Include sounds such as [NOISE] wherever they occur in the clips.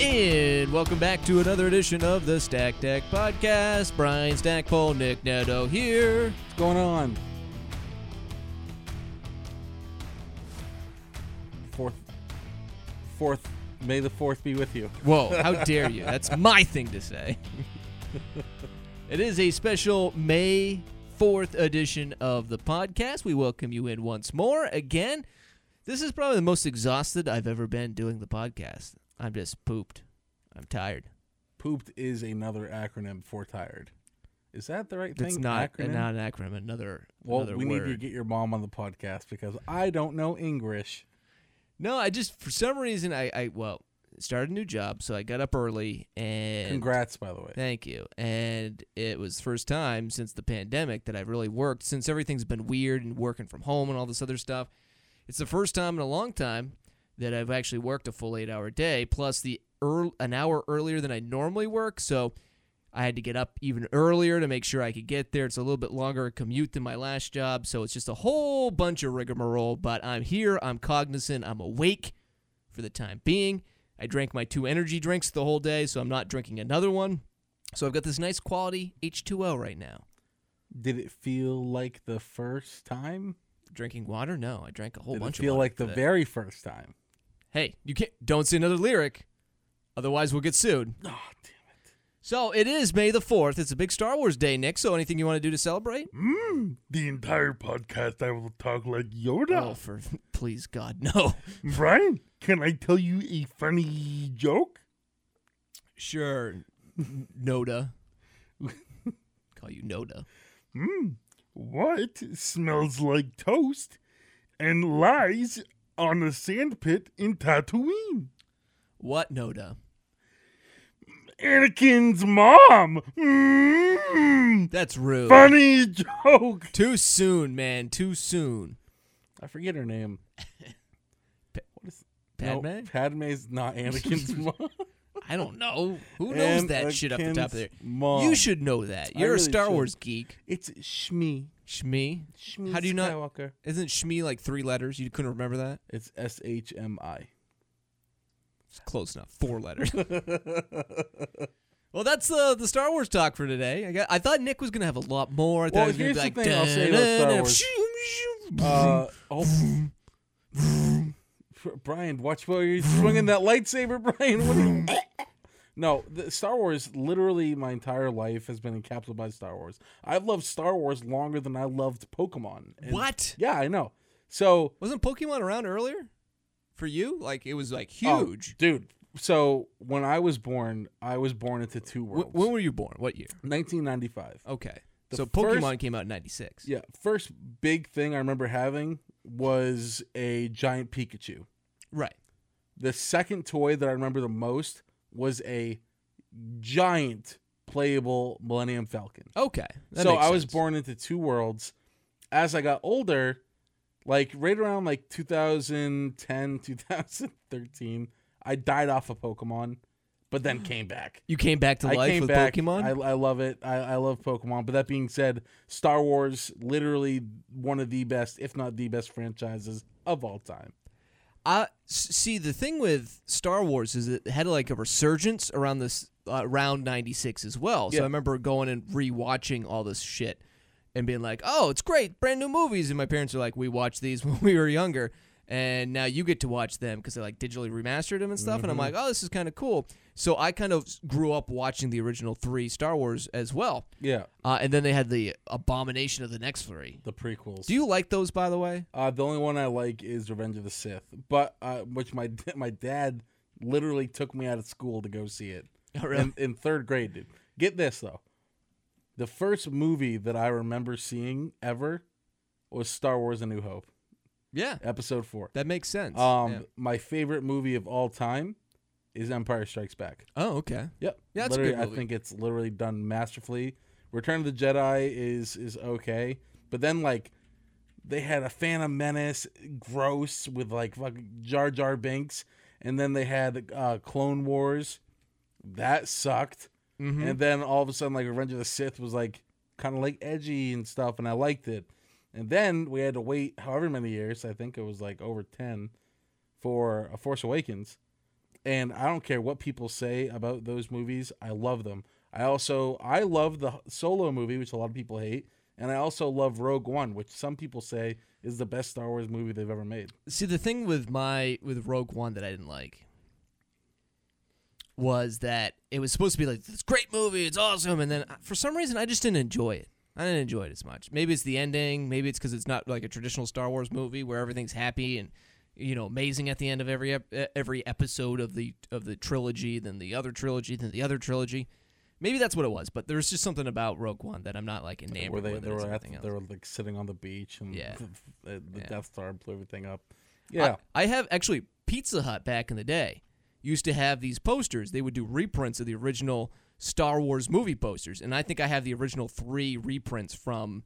And welcome back to another edition of the Stack Deck Podcast. Brian Stackpole, Nick Netto here. What's going on? Fourth, fourth. May the fourth be with you. Whoa, how [LAUGHS] dare you? That's my thing to say. It is a special May 4th edition of the podcast. We welcome you in once more. Again, this is probably the most exhausted I've ever been doing the podcast. I'm just pooped. I'm tired. Pooped is another acronym for tired. Is that the right It's thing? not, acronym. not an acronym, another, well, another we word. need to get your mom on the podcast because I don't know English. No, I just for some reason I, I well started a new job, so I got up early and Congrats, by the way. thank you. And it was the first time since the pandemic that I've really worked since everything's been weird and working from home and all this other stuff. It's the first time in a long time that I've actually worked a full eight hour day plus the earl an hour earlier than I normally work. So I had to get up even earlier to make sure I could get there. It's a little bit longer a commute than my last job. So it's just a whole bunch of rigmarole. But I'm here. I'm cognizant. I'm awake for the time being. I drank my two energy drinks the whole day. So I'm not drinking another one. So I've got this nice quality H2O right now. Did it feel like the first time? Drinking water? No, I drank a whole Did bunch it feel of water like for the that. very first time? Hey, you can't don't say another lyric. Otherwise we'll get sued. Oh, damn. So it is May the 4th. It's a big Star Wars day, Nick. So anything you want to do to celebrate? Mm, The entire podcast, I will talk like Yoda. Oh, for [LAUGHS] please God, [LAUGHS] no. Brian, can I tell you a funny joke? Sure. N- [LAUGHS] Noda. Call you Noda. Hmm. What smells like toast and lies on a sandpit in Tatooine? What Noda? Anakin's mom. Mm, That's rude. funny joke. Too soon, man. Too soon. I forget her name. what is no, Padme? Padme's not [LAUGHS] Anakin's mom. I don't know. [LAUGHS] Who knows that shit up the top of Anakin's there? Mom. You should know that. I You're really a Star should. Wars geek. It's Shmi. Shmi? Shmi How do you not- Skywalker. Isn't Shmi like three letters? You couldn't remember that? It's S H M I. It's close enough. Four [LAUGHS] letters. well, that's the the Star Wars talk for today. I got, I thought Nick was gonna have a lot more. I thought Well, he was gonna be here's the like, thing I'll say about Star "Dun-dun-dun, Wars." shoo, shoo." Uh, oh. Br- Brian, watch where you're swinging that lightsaber, [LAUGHS] Brian. What are you- [LAUGHS] no, the Star Wars. Literally, my entire life has been encapsulated by Star Wars. I've loved Star Wars longer than I loved Pokemon. And- what? Yeah, I know. So Wasn't Pokemon around earlier for you? Like it was like Oh, huge. dude. So when I was born, I was born into two Wh- worlds. when were you born? What year? 1995. Okay, The so first- Pokemon came out in '96. Yeah, first big thing I remember having was a giant Pikachu. Right. The second toy that I remember the most was a giant playable Millennium Falcon. Okay. that so makes I was sense. born into two worlds. As I got older, like right around like [LAUGHS] 2010, 2013, I died off of Pokemon, [GASPS] but then came back. You came back to I life came with back. Pokemon. I, I love it. I, I love Pokemon. But that being said, Star Wars literally one of the best, if not the best, franchises of all time. I s- see the thing with Star Wars is it had like a resurgence around this uh, around 96 as well. So Yeah. I remember going and rewatching all this shit and being like, "Oh, it's great, brand new movies." And my parents are like, "We watched these [LAUGHS] when we were younger." And now you get to watch them because they like digitally remastered them and stuff. And I'm like, Mm-hmm. oh, this is kind of cool. So I kind of s- grew up watching the original three Star Wars as well. Yeah, Uh, and then they had the abomination of the next three. the prequels. Do you like those, by the way? uh, the only one I like is Revenge of the Sith, but uh, which my [LAUGHS] d- my dad literally took me out of school to go see it in, in third grade. Dude, get this though, the first movie that I remember seeing ever was Star Wars: A New Hope, yeah, Episode Four. that makes sense. Um, Yeah. my favorite movie of all time is Empire Strikes Back. Oh, okay. Yep. Yeah, it's a literally, good movie. I think it's literally done masterfully. Return of the Jedi is is okay, but then like they had a Phantom Menace, gross with like fucking Jar Jar Binks, and then they had uh, Clone Wars, that sucked, Mhm. and then all of a sudden like Revenge of the Sith was like kind of like edgy and stuff, and I liked it, and then we had to wait however many years I think it was like over ten for a Force Awakens, and I don't care what people say about those movies. I love them. I also I love the Solo movie, which a lot of people hate, and I also love Rogue One, which some people say is the best Star Wars movie they've ever made. See, the thing with my with Rogue One that I didn't like was that it was supposed to be like this great movie, it's awesome, and then uh, for some reason I just didn't enjoy it. I didn't enjoy it as much. Maybe it's the ending. Maybe it's because it's not like a traditional Star Wars movie where everything's happy and you know amazing at the end of every ep- e, every episode of the of the trilogy, then the other trilogy, then the other trilogy. Maybe that's what it was. But there's just something about Rogue One that I'm not like enamored Where they with. they it as were at, everything else. they were like sitting on the beach and Yeah. the, [LAUGHS] the, the Yeah. Death Star blew everything up. Yeah, I, I have actually Pizza Hut back in the day used to have these posters. They would do reprints of the original Star Wars movie posters, and I think I have the original three reprints from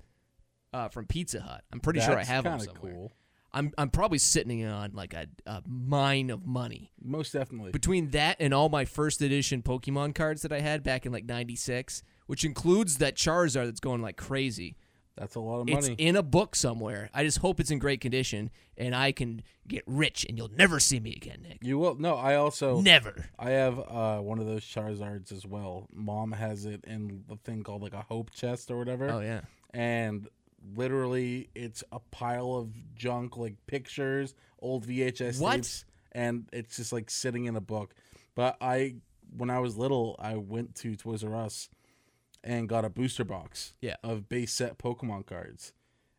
uh, from Pizza Hut. I'm pretty sure I that's have them kinda somewhere. Cool. I'm I'm probably sitting on like a, a mine of money Most definitely. between that and all my first edition Pokemon cards that I had back in like '96, which includes that Charizard that's going like crazy. that's a lot of It's money. in a book somewhere. I just hope it's in great condition and I can get rich and you'll never see me again, Nick. you will. No, I also Never. I have uh, one of those Charizards as well. Mom has it in the thing called like a hope chest or whatever. Oh yeah. and literally it's a pile of junk like pictures, old VHS What? tapes, and it's just like sitting in a book. But I, when I was little, I went to Toys R Us and got a booster box Yeah. of base set Pokemon cards,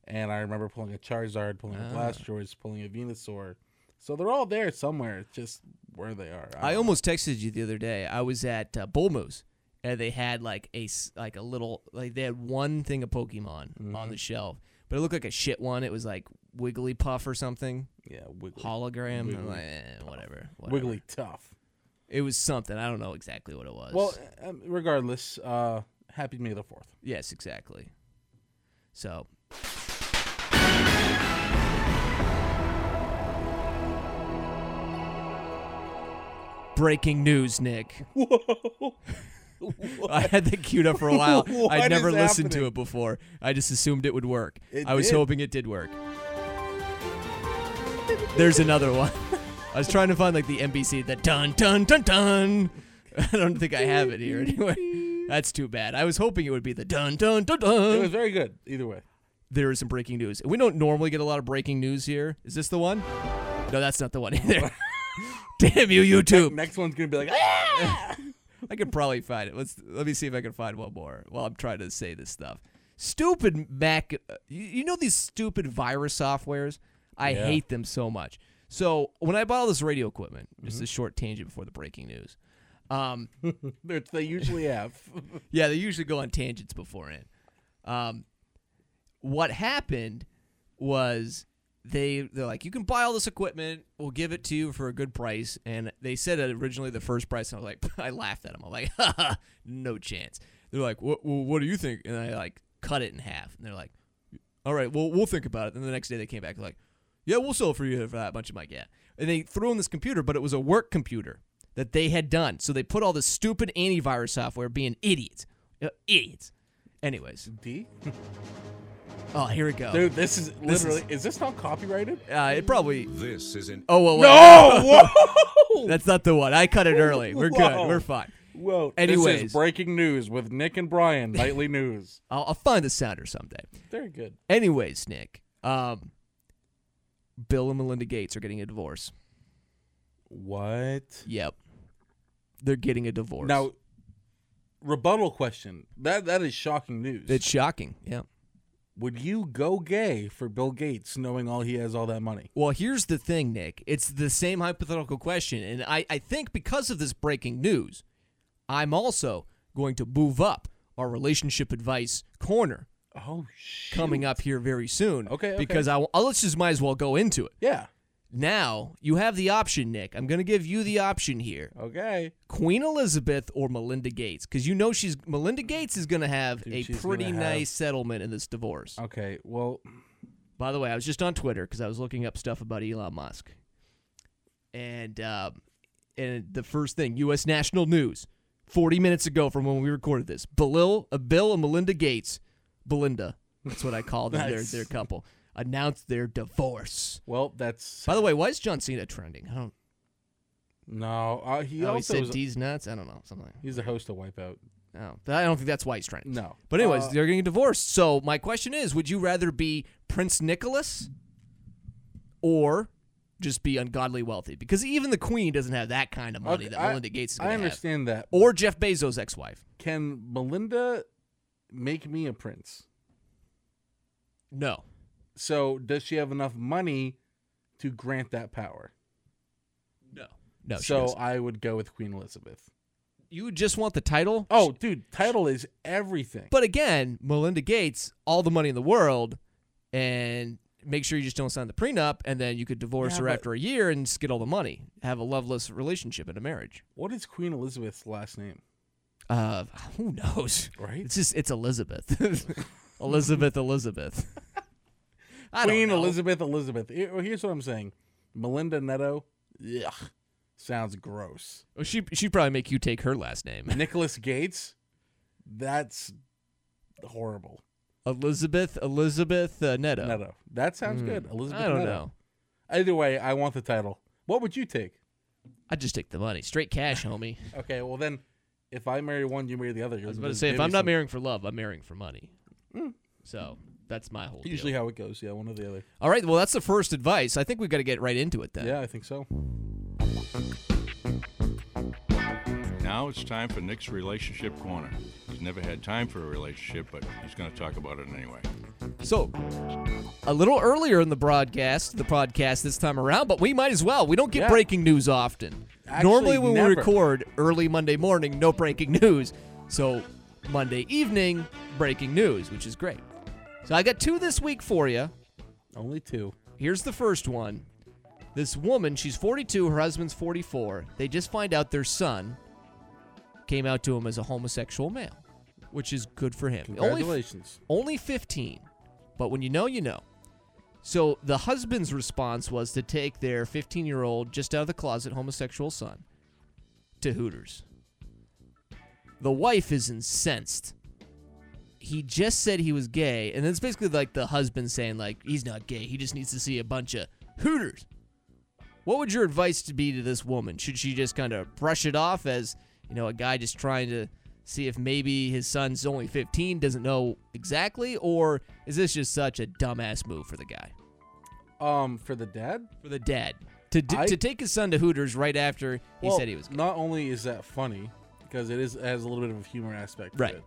and I remember pulling a Charizard, pulling Ah. a Blastoise, pulling a Venusaur. So they're all there somewhere. It's just where they are. Uh, I don't- almost texted you the other day. I was at uh, Bull Moose and they had like a s- like a little like they had one thing of Pokemon Mm-hmm. on the shelf, but it looked like a shit one. It was like Wigglypuff or something yeah, Wiggly, hologram. I'm Wigglypuff. like, eh, whatever, whatever. Wiggly tough. It was something. I don't know exactly what it was. Well, um, regardless, uh, happy May the Fourth. yes, exactly. So breaking news, Nick. Whoa. [LAUGHS] I had that queued up for a while. [LAUGHS] What I'd never is listened to happening? it before. I just assumed it would work. It I was did. hoping it did work. There's another one. I was trying to find like the NBC that dun dun dun dun. [LAUGHS] I don't think I have it here [LAUGHS] anyway. That's too bad. I was hoping it would be the dun dun dun It was dun. very good, either way. There is some breaking news. We don't normally get a lot of breaking news here. Is this the one? No, that's not the one [LAUGHS] either. Damn you, YouTube. Next one's gonna be like, ah! [LAUGHS] I could probably find it. Let's let me see if I can find one more while I'm trying to say this stuff. Stupid Mac, uh, you, you know these stupid virus softwares. I Yeah. hate them so much. So when I bought all this radio equipment, just a short tangent before the breaking news. Um, Which they usually have. [LAUGHS] [LAUGHS] yeah, they usually go on tangents beforehand. Um, what happened was they they're like, you can buy all this equipment, we'll give it to you for a good price, and they said it originally the first price, and I was like, [LAUGHS] I laughed at them. I'm like, Haha, no chance. They're like, what well, what do you think? And I like cut it in half, and they're like, all right, well we'll think about it. And the next day they came back like, yeah, we'll sell it for you for that much. I'm like, yeah. And they threw in this computer, but it was a work computer that they had done. So they put all this stupid antivirus software being idiots. Uh, idiots. Anyways. D? Oh, here we go. Dude, this is literally. is... this not copyrighted? Uh, it probably. This is an Oh, well, [LAUGHS] wait. Oh, [LAUGHS] whoa! That's not the one. I cut it early. We're good. Whoa. We're fine. whoa. This Anyways. is breaking news with Nick and Brian, nightly news. I'll, I'll find the sounder someday. Very good. Anyways, Nick. Um, Bill and Melinda Gates are getting a divorce. What? Yep. They're getting a divorce. Now, rebuttal question. That That is shocking news. it's shocking. Yeah. Would you go gay for Bill Gates knowing all he has all that money? Well, here's the thing, Nick. It's the same hypothetical question. And I, I think because of this breaking news, I'm also going to move up our relationship advice corner Oh, shit. coming up here very soon. Okay, okay. Because I, will let's just might as well go into it. Yeah. Now, you have the option, Nick. I'm going to give you the option here Okay. Queen Elizabeth or Melinda Gates. Because you know she's Melinda Gates is going to have Dude, a she's pretty gonna have- nice settlement in this divorce. Okay. Well, By the way, I was just on Twitter because I was looking up stuff about Elon Musk, and um, and the first thing, U.S. national news, forty minutes ago from when we recorded this, Belil, uh, Bill and Melinda Gates, Belinda, that's what I call them, their Nice. their couple, announced their divorce. well, that's By the way, why is John Cena trending? I don't. No, uh, he oh, he also said was, D's nuts. I don't know something. Like he's a host of Wipeout. Oh, but I don't think that's why he's trying. No, But anyways, Uh, they're getting divorced. So my question is, would you rather be Prince Nicholas or just be ungodly wealthy? Because even the Queen doesn't have that kind of money okay, that I- Melinda Gates is I going to have. understand that. Or Jeff Bezos' ex-wife. Can Melinda make me a prince? No. So does she have enough money to grant that power? No. No. she so doesn't. I would go with Queen Elizabeth. you just want the title? Oh, dude, title is everything. But again, Melinda Gates, all the money in the world, and make sure you just don't sign the prenup, and then you could divorce Yeah, her but- after a year and just get all the money. Have a loveless relationship and a marriage. What is Queen Elizabeth's last name? Uh, who knows? Right? It's just it's Elizabeth, [LAUGHS] Elizabeth, Elizabeth. I don't Queen know. Elizabeth Elizabeth. Here- Here's what I'm saying. Melinda Netto. Ugh, sounds gross. Well, Oh, She she'd probably make you take her last name, Nicholas Gates. That's horrible. Elizabeth, Elizabeth uh, Netto. Netto. That sounds Hmm. good. Elizabeth. I don't Netto. know. Either way, I want the title. What would you take? I just take the money, straight cash, homie. Okay, well then, if I marry one, you marry the other. I was about to say, if I'm not marrying for love, I'm marrying for money. Mm. So that's my whole. deal. usually how it goes. Yeah, one or the other. All right. Well, that's the first advice. I think we've got to get right into it then. Yeah, I think so. Now it's time for Nick's Relationship Corner. He's never had time for a relationship, but he's going to talk about it anyway. So, a little earlier in the broadcast, the podcast this time around, but we might as well. We don't get Yeah. breaking news often. Actually, Normally, when we never. record early Monday morning, no breaking news. So, Monday evening, breaking news, which is great. So, I got two this week for you. Only two. Here's the first one. This woman, she's 42, her husband's 44. They just find out their son came out to him as a homosexual male, which is good for him. Only Congratulations. only 15, but when you know, you know. So the husband's response was to take their 15 year old, just out of the closet homosexual son to Hooters. The wife is incensed. He just said he was gay, and it's basically like the husband saying, like, he's not gay. He just needs to see a bunch of Hooters. What would your advice to be to this woman? Should she just kind of brush it off as, you know, a guy just trying to see if maybe his son's only 15, doesn't know exactly, or is this just such a dumbass move for the guy, Um, for the dad, for the dad, to d- I- to take his son to Hooters right after he Well, said he was gay. Not only is that funny because it is it has a little bit of a humor aspect. to Right. it.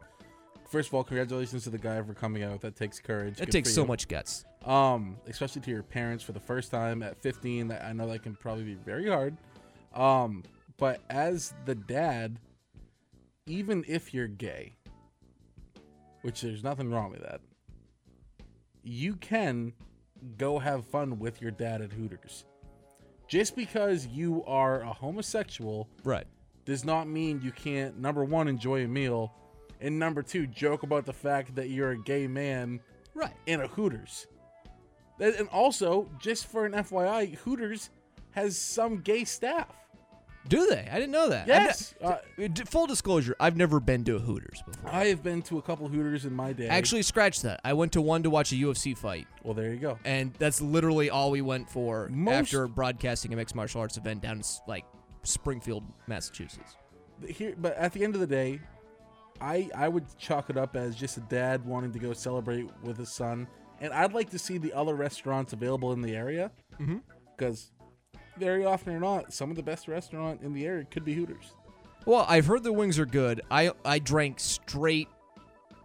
First of all, congratulations to the guy for coming out. That takes courage. That Good takes for so you. much guts. Um, especially to your parents for the first time at 15. That I know that can probably be very hard. Um, but as the dad, even if you're gay, which there's nothing wrong with that, you can go have fun with your dad at Hooters. Just because you are a homosexual Right. does not mean you can't number one enjoy a meal and number two joke about the fact that you're a gay man Right. in a hooters That- and also just for an fyi hooters has some gay staff Do they? I didn't know that. I yes uh, ne- d- full disclosure, I've never been to a Hooters before. i have been to a couple hooters in my day Actually, scratch that. I went to one to watch a UFC fight, well there you go and that's literally all we went for Most- after broadcasting a mixed martial arts event down in s- like Springfield, Massachusetts. here but at the end of the day i i would chalk it up as just a dad wanting to go celebrate with his son and i'd like to see the other restaurants available in the area because very often or not some of the best restaurant in the area could be hooters Well, I've heard the wings are good. I I drank straight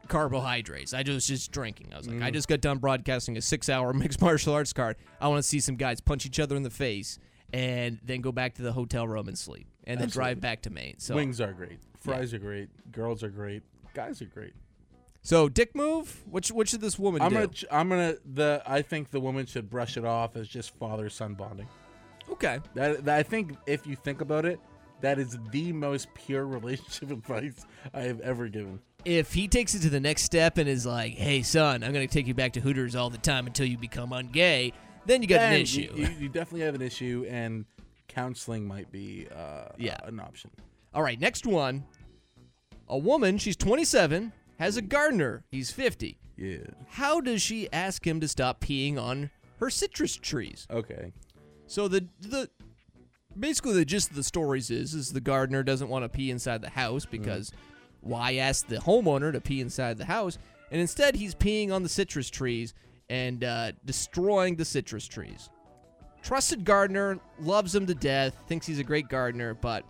carbohydrates. I was just drinking. I was like, I just got done broadcasting a six-hour [LAUGHS] mixed martial arts card. I want to see some guys punch each other in the face and then go back to the hotel room and sleep, and then drive back to Maine. So, wings are great fries are great girls are great guys are great so dick move. What sh- what should this woman i'm do? gonna ch- i'm gonna the i think the woman should brush it off as just father son bonding okay. that, that i think if you think about it that is the most pure [LAUGHS] relationship advice i have ever given If he takes it to the next step and is like, "Hey, son, I'm gonna take you back to Hooters all the time until you become ungay," then you got an Then issue. You, you- you definitely have an issue, and counseling might be uh, Yeah. an option. All right, next one. A woman, she's 27, has a gardener. He's 50. Yeah. How does she ask him to stop peeing on her citrus trees? Okay. So the the basically the gist of the stories is is the gardener doesn't want to pee inside the house Mm. because why ask the homeowner to pee inside the house and instead he's peeing on the citrus trees and uh, destroying the citrus trees trusted gardener loves him to death thinks he's a great gardener but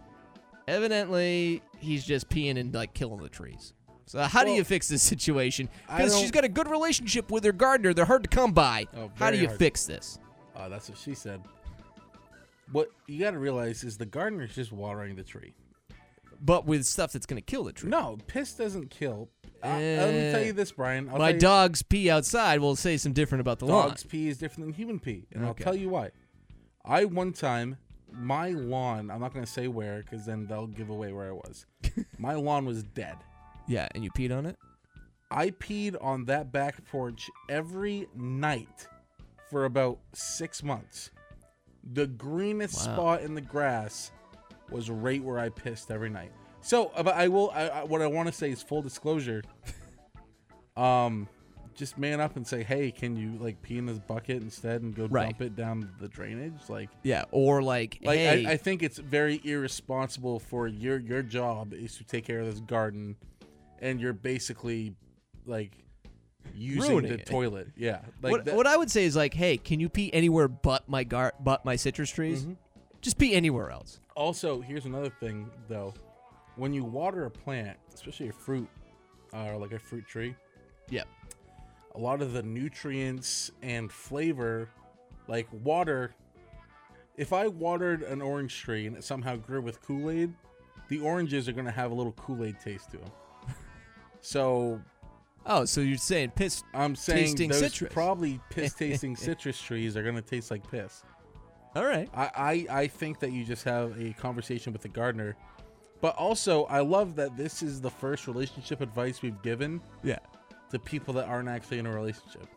evidently he's just peeing and like killing the trees so how do Well, you fix this situation I because don't- she's got a good relationship with her gardener they're hard to come by Oh, how do very you hard. fix this Oh, that's what she said. What you got to realize is the gardener's just watering the tree. but with stuff that's going to kill the tree No, piss doesn't kill. I, let me tell Eh. you this, Brian. I'll my tell you- dog's pee outside will say some different about the lawn. Dog's pee is different than human pee, and I'll Okay. tell you why. I one time, my lawn. I'm not going to say where, because then they'll give away where I was. my lawn was dead. Yeah, and you peed on it. I peed on that back porch every night for about six months. The greenest Wow. spot in the grass was right where I pissed every night. So, uh, but I will. I, I, what I want to say is full disclosure. [LAUGHS] um, just man up and say, hey, can you like pee in this bucket instead and go Right. dump it down the drainage? Like, Yeah, or like, like hey, I, I think it's very irresponsible for your your job is to take care of this garden, and you're basically like using Ruining the it. toilet. Yeah, like what, that- what I would say is like, hey, can you pee anywhere but my gar- but my citrus trees? Mm-hmm. Just pee anywhere else. also, here's another thing though: when you water a plant, especially a fruit uh, or like a fruit tree, Yeah, a lot of the nutrients and flavor, like water. If I watered an orange tree and it somehow grew with Kool Aid, the oranges are going to have a little Kool Aid taste to them. So Oh, so you're saying piss? I'm saying Tasting those citrus. [LAUGHS] probably piss tasting citrus trees are going to taste like piss. All right. I, I, I think that you just have a conversation with the gardener. But also, I love that this is the first relationship advice we've given Yeah, to people that aren't actually in a relationship.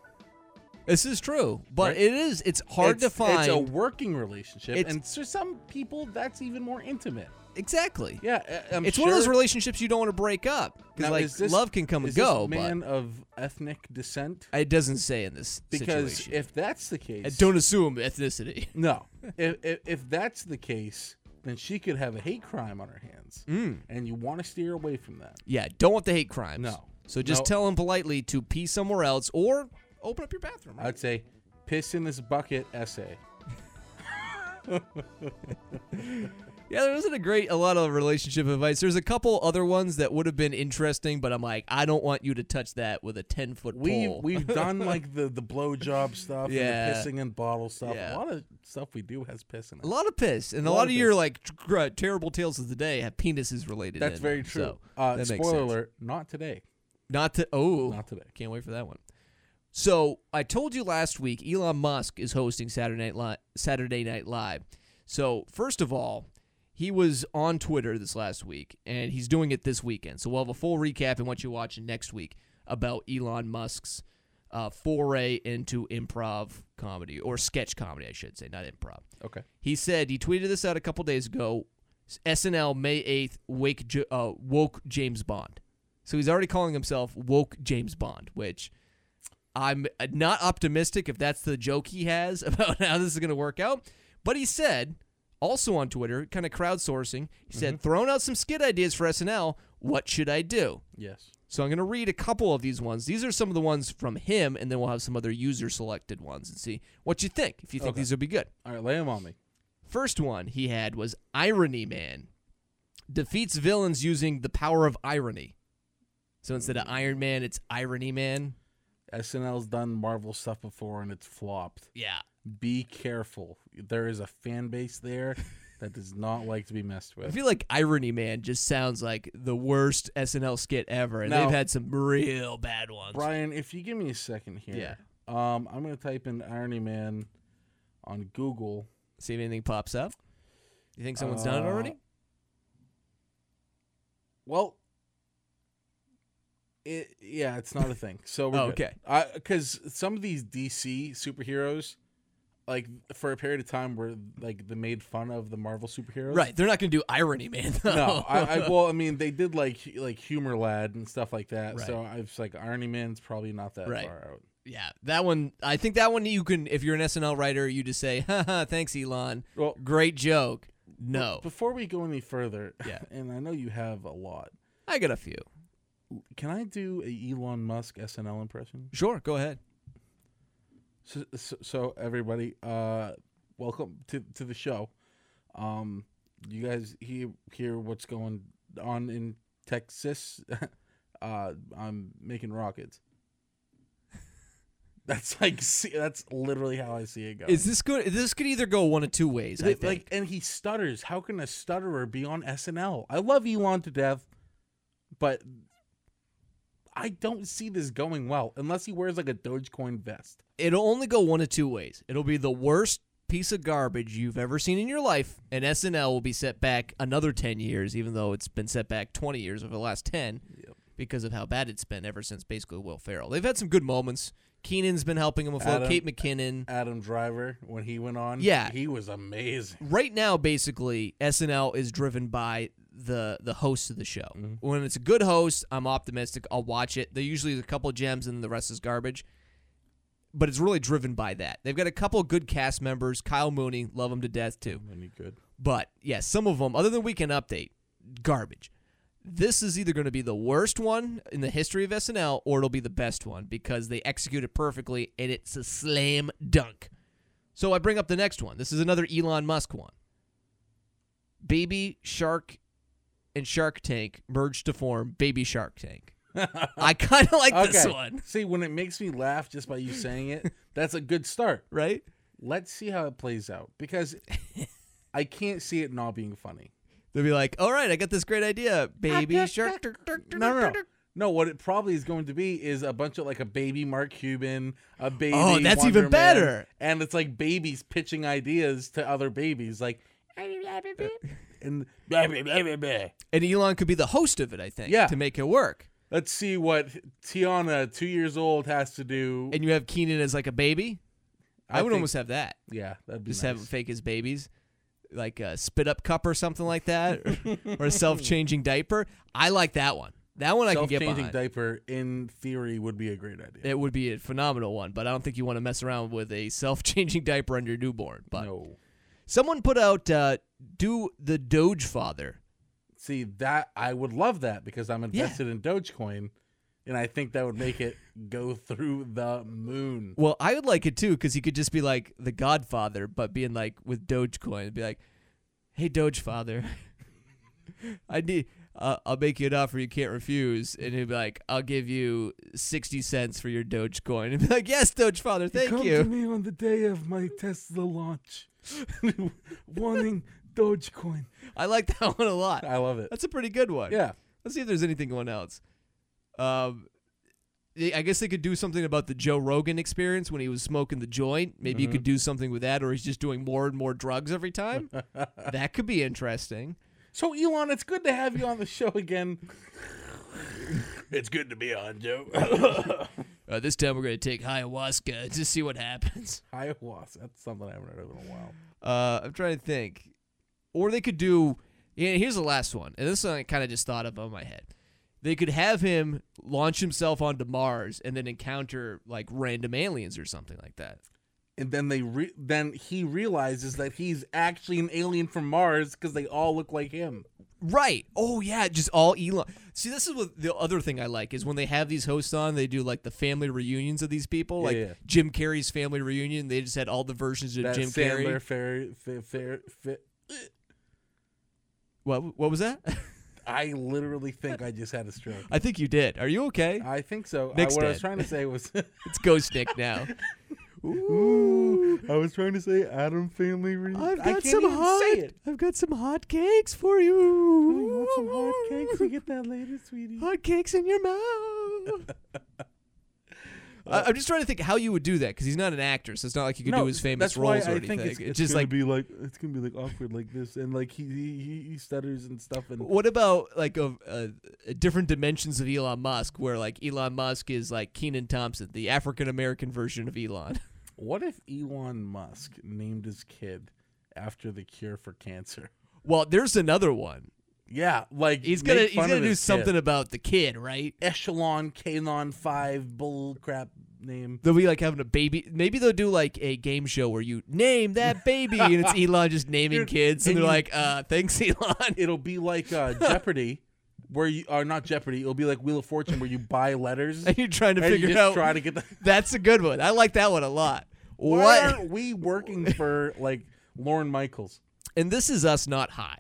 this is true, but Right. it is it's hard to It's- find It's a working relationship, It's- and for some people, that's even more intimate. exactly. Yeah, I- I'm it's sure. one of those relationships you don't want to break up because Now, like is this- love can come is and go, This man of ethnic descent, but it doesn't say in this because situation. if that's the case, And don't assume ethnicity. [LAUGHS] No. if, if if that's the case, then she could have a hate crime on her hands. Mm. And you want to steer away from that. Yeah, don't want the hate crimes. No. So just No. tell him politely to pee somewhere else or open up your bathroom. I'd say piss in this bucket essay. Yeah, there wasn't a great a lot of relationship advice. There's a couple other ones that would have been interesting, but I'm like, I don't want you to touch that with a ten foot We pole. [LAUGHS] we've done like the the blowjob stuff, Yeah. and the pissing in bottle stuff. Yeah. A lot of stuff we do has piss in a it. lot of piss, and a, lot lot, of of your piss. like tr- gr- terrible tales of the day have penises related. That's in very them, true. so that uh, makes spoiler sense. alert: not today. Not to oh, Not today. Can't wait for that one. So I told you last week, Elon Musk is hosting Saturday Night Live. Saturday Night Live. So first of all, he was on Twitter this last week, and he's doing it this weekend. So we'll have a full recap and what you're watching next week about Elon Musk's uh, foray into improv comedy or sketch comedy, I should say, not improv. Okay. He said he tweeted this out a couple days ago. SNL May eighth, wake J- uh, woke James Bond. So he's already calling himself woke James Bond, which I'm not optimistic if that's the joke he has [LAUGHS] about how this is going to work out. But he said, also on Twitter, kind of crowdsourcing, he said, throwing out some skit ideas for SNL. What should I do? Yes. So I'm going to read a couple of these ones. These are some of the ones from him, and then we'll have some other user selected ones and see what you think. If you think Okay. these would be good. All right, lay them on me. First one he had was Irony Man. Defeats villains using the power of irony. So instead of Iron Man, it's Irony Man. SNL's done Marvel stuff before, and it's flopped. Yeah. be careful. There is a fan [LAUGHS] base there that does not like to be messed I with. feel like Irony Man just sounds like the worst SNL skit ever, and No. they've had some real bad ones. Brian, if you give me a second here, um, I'm gonna type in Irony Man on Google. See if anything pops up. You think someone's Uh, done it already? Well, it yeah, it's not a thing. So we're Oh, good. okay. Because some of these DC superheroes, like for a period of time, were like they made fun of the Marvel superheroes. Right. [LAUGHS] They're not going to do Irony Man, though. No, [LAUGHS] I, I well, I mean, they did like hu- like Humor Lad and stuff like that. Right. So I was like, Irony Man's probably not that Right. far out. yeah. That one, [LAUGHS] I think that one you can, if you're an SNL writer, you just say, haha, thanks, Elon. Well, Great joke. No. Before we go any further, Oh. Yeah. [LAUGHS] and I know you have a lot. I got a few. Can I do a Elon Musk SNL impression? Sure, go ahead. So, so, so everybody, uh, welcome to to the show. Um, you guys hear hear what's going on in Texas? [LAUGHS] uh, I'm making rockets. [LAUGHS] That's like see, that's literally how I see it go. Is this good? This could either go one of two ways. I Th- think. like, and he stutters. How can a stutterer be on SNL? I love Elon to death, but I don't see this going well unless he wears like a Dogecoin vest. it'll only go one of two ways. It'll be the worst piece of garbage you've ever seen in your life, and SNL will be set back another 10 years, even though it's been set back 20 years over the last 10 because of how bad it's been ever since basically Will Ferrell. They've had some good moments. Keenan's been helping him afloat, Adam- Kate McKinnon. Adam Driver when he went on. Yeah. he was amazing. Right now, basically, SNL is driven by the the host of the show. When it's a good host, I'm optimistic. I'll watch it. There usually is a couple gems, and the rest is garbage. But it's really driven by that. They've got a couple good cast members. Kyle Mooney, love him to death too. When he could. But yeah, some of them, other than Weekend Update, garbage. This is either going to be the worst one in the history of SNL, or it'll be the best one because they execute it perfectly and it's a slam dunk. So I bring up the next one. This is another Elon Musk one. Baby Shark and Shark Tank merged to form Baby Shark Tank. I kind of like [LAUGHS] this one, See, when it makes me laugh just by you [LAUGHS] saying it, that's a good start. right? Let's see how it plays out [LAUGHS] because I can't see it not being funny. They'll be like, "All right, I got this great idea, Baby Shark." No, no, no. No, what it probably is going to be is a bunch of like a baby Mark Cuban, a baby. Oh, that's Wonder even Man, better. and it's like babies pitching ideas to other babies, like. [LAUGHS] And And Elon could be the host of it, I think, Yeah. to make it work. let's see what Tiana, two years old, has to do. and you have Keenan as like a baby, I, would think- almost have that. yeah, that'd be Just nice. have him fake his babies, like a spit up cup or something like [LAUGHS] that, or a self changing diaper. I like that one. That one I can get Self-changing behind. diaper in theory would be a great idea. it would be a phenomenal one, but I don't think you want to mess around with a self changing [LAUGHS] diaper on your newborn. But no, someone put out uh, "Do the Doge Father." see that I would love that because I'm invested in Dogecoin, and I think that would make it go through the moon. Well, I would like it too because he could just be like the Godfather, but being like with Dogecoin, and be like, "Hey, Doge Father, [LAUGHS] I need. Uh, I'll make you an offer you can't refuse." And he'd be like, "I'll give you sixty cents for your Dogecoin," and be like, "Yes, Doge Father, thank Come to you." me on the day of my Tesla launch, [LAUGHS] wanting Dogecoin. I like that [LAUGHS] one a lot. I love it. That's a pretty good one. Yeah, Let's see if there's anything going else. Um, they- I guess they could do something about the Joe Rogan experience when he was smoking the joint. Maybe you could do something with that, or he's just doing more and more drugs every time. that could be interesting. So Elon, it's good to have you on the show again. [LAUGHS] it's good to be on, Joe. Uh, this time we're gonna take ayahuasca to see what happens. [LAUGHS] [LAUGHS] Ayahuasca. That's something I haven't heard of in a while. Uh, I'm trying to think, or they could do. Yeah, here's the last one, and this one I kind of just thought of on my head. They could have him launch himself onto Mars and then encounter like random aliens or something like that. And then they re- then he realizes that he's actually an alien from Mars because they all look like him. Right. Oh yeah, just all Elon. See, this is what the other thing I like is when they have these hosts on, they do like the family reunions of these people, like yeah. Jim Carrey's family reunion. They just had all the versions of That Jim Sandler Carrey. fair, fair, fair, fair. What what was that? [LAUGHS] I literally think I just had a stroke. I think you did. Are you okay? [LAUGHS] I think so. I, Nick's what I was dead. trying to say was [LAUGHS] It's Ghost Nick now. Ooh, I was trying to say Adam Family Reunion. I've got can't some even hot- say it. I've got some hot cakes for you. want some hotcakes. We get that later, sweetie. hot cakes in your mouth. [LAUGHS] I- I'm just trying to think how you would do that because he's not an actor, so it's not like you could No, do his famous that's why roles or I anything. think it's- it's it's just gonna like be like it's gonna be like awkward like this, and like he he, he, he stutters and stuff. And What about like of uh, different dimensions of Elon Musk, where like Elon Musk is like Keenan Thompson, the African American version of Elon? [LAUGHS] What if Elon Musk named his kid after the cure for cancer? [LAUGHS] Well, there's another one. Yeah, like He's make gonna he's fun gonna of do his something kid. about the kid, right? Echelon Canon Five bull crap name. They'll be like having a baby. Maybe they'll do like a game show where you name that baby, and [LAUGHS] it's Elon just naming kids, and, and they're you- like, uh, "Thanks, [LAUGHS] Elon." It'll be [LAUGHS] like uh, Jeopardy, where you are not Jeopardy. It'll be like Wheel of Fortune, where you buy letters [LAUGHS] And you're trying to and you figure just out. try to get the. That's a good one. I like that one a lot. Why [LAUGHS] What? aren't we working for like Lauren Michaels? and this is us not high.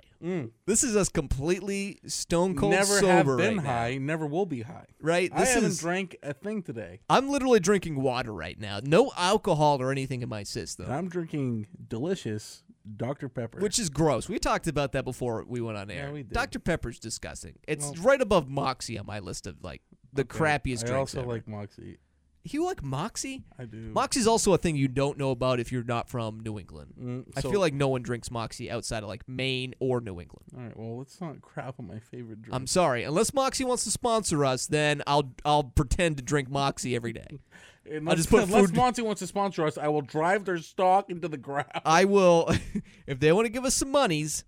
This is us completely stone cold Mm. never have sober been right now, high, never will be high. right? I This haven't is. drank a thing today. I'm literally drinking water right now. No alcohol or anything in my system. I'm drinking delicious Dr. Pepper. Which is gross. We talked about that before we went on air. we did. Dr. Pepper's disgusting. It's right above Moxie on my list of like the crappiest I drinks. also ever. like Moxie. you like Moxie? I do. Moxie's also a thing you don't know about if you're not from New England. I Mm, so- feel like no one drinks Moxie outside of like Maine or New England. All right, well, let's not crap on my favorite drink. I'm sorry. Unless Moxie wants to sponsor us, then I'll I'll pretend to drink Moxie every day. unless, just put [LAUGHS] unless food- Monty wants to sponsor us, I will drive their stock into the ground. [LAUGHS] I will, [LAUGHS] if they want to give us some monies,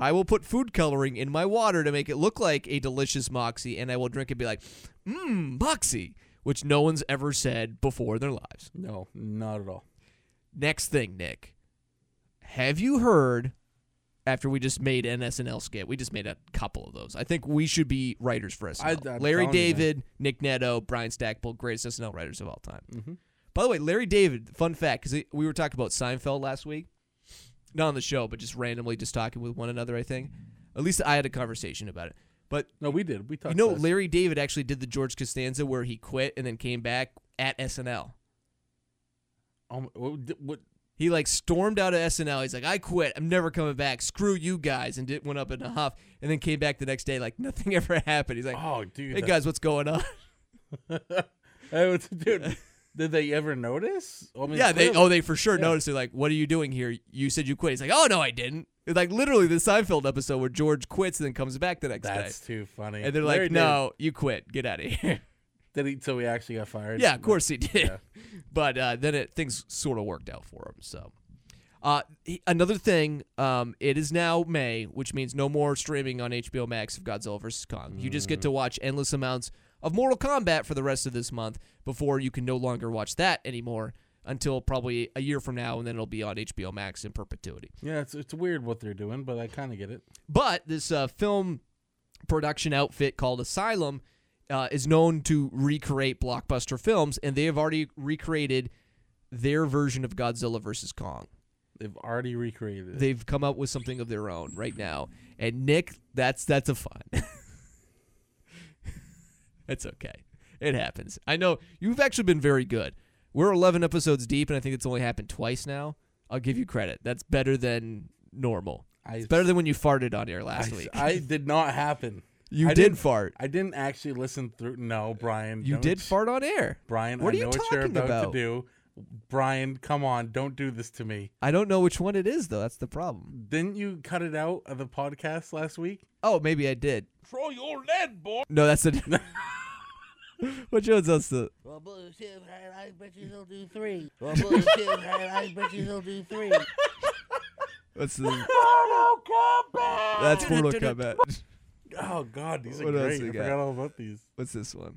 I will put food coloring in my water to make it look like a delicious moxie, and I will drink and be like, mmm, moxie, which no one's ever said before in their lives. No, not at all. Next thing, Nick, have you heard? After we just made an SNL skit, we just made a couple of those. I think we should be writers for SNL. I- I'm Larry telling you, man. David, Nick Netto, Brian Stackpole, greatest SNL writers of all time. Mm-hmm. By the way, Larry David, fun fact, because we were talking about Seinfeld last week, not on the show, but just randomly just talking with one another. I think, at least I had a conversation about it. But No, we did. We talked. you know, about this. Larry David actually did the George Costanza where he quit and then came back at SNL. Um, what, did- what- He like stormed out of SNL. He's like, I quit. I'm never coming back. Screw you guys, and did, went up in a huff, and then came back the next day like nothing [LAUGHS] ever happened. He's like, oh, dude. Hey guys, what's going on? [LAUGHS] that- I was- dude, did they ever notice? I mean, yeah, they clearly- oh they for sure noticed. They're like, "What are you doing here? You said you quit." He's like, "Oh no, I didn't." It's like literally the Seinfeld episode where George quits and then comes back the next That's day, too funny. oh, and they're Larry like, "No, you quit. Get out of here." Did, did he? So he actually got fired. yeah, of course he did. Yeah. [LAUGHS] But uh, then it things sort of worked out for him. So. Uh, he- another thing, um, it is now May, which means no more streaming on HBO Max of Godzilla vs Kong. You just get to watch endless amounts of Mortal Kombat for the rest of this month before you can no longer watch that anymore until probably a year from now, and then it'll be on HBO Max in perpetuity. Yeah, it's it's weird what they're doing, but I kind of get it. But this uh, film production outfit called Asylum uh, is known to recreate blockbuster films, and they have already recreated their version of Godzilla vs. Kong. They've already recreated it. They've come up with something of their own right now. And Nick, that's that's a fun. [LAUGHS] it's okay. It happens. I know you've actually been very good. We're 11 episodes deep, and I think it's only happened twice now. I'll give you credit. That's better than normal. I- it's better than when you farted on air I, last week. I did not happen. You I did didn't- fart. I didn't actually listen through. No, Brian. You don't- did fart on air. Brian, what are I you know what you're talking about, about? to do. Brian, come on, don't do this to me. I don't know which one it is though. That's the problem. Didn't you cut it out of the podcast last week? Oh, maybe I did. Throw your lead, boy. No, that's [LAUGHS] the. which one's that's the? Well, bullshit, I bet you he'll do three. Well, bullshit, I bet you he'll do [LAUGHS] three. That's the. That's [LAUGHS] Mortal Kombat. Oh God, these are What else great. we I got? forgot all about these. What's this one?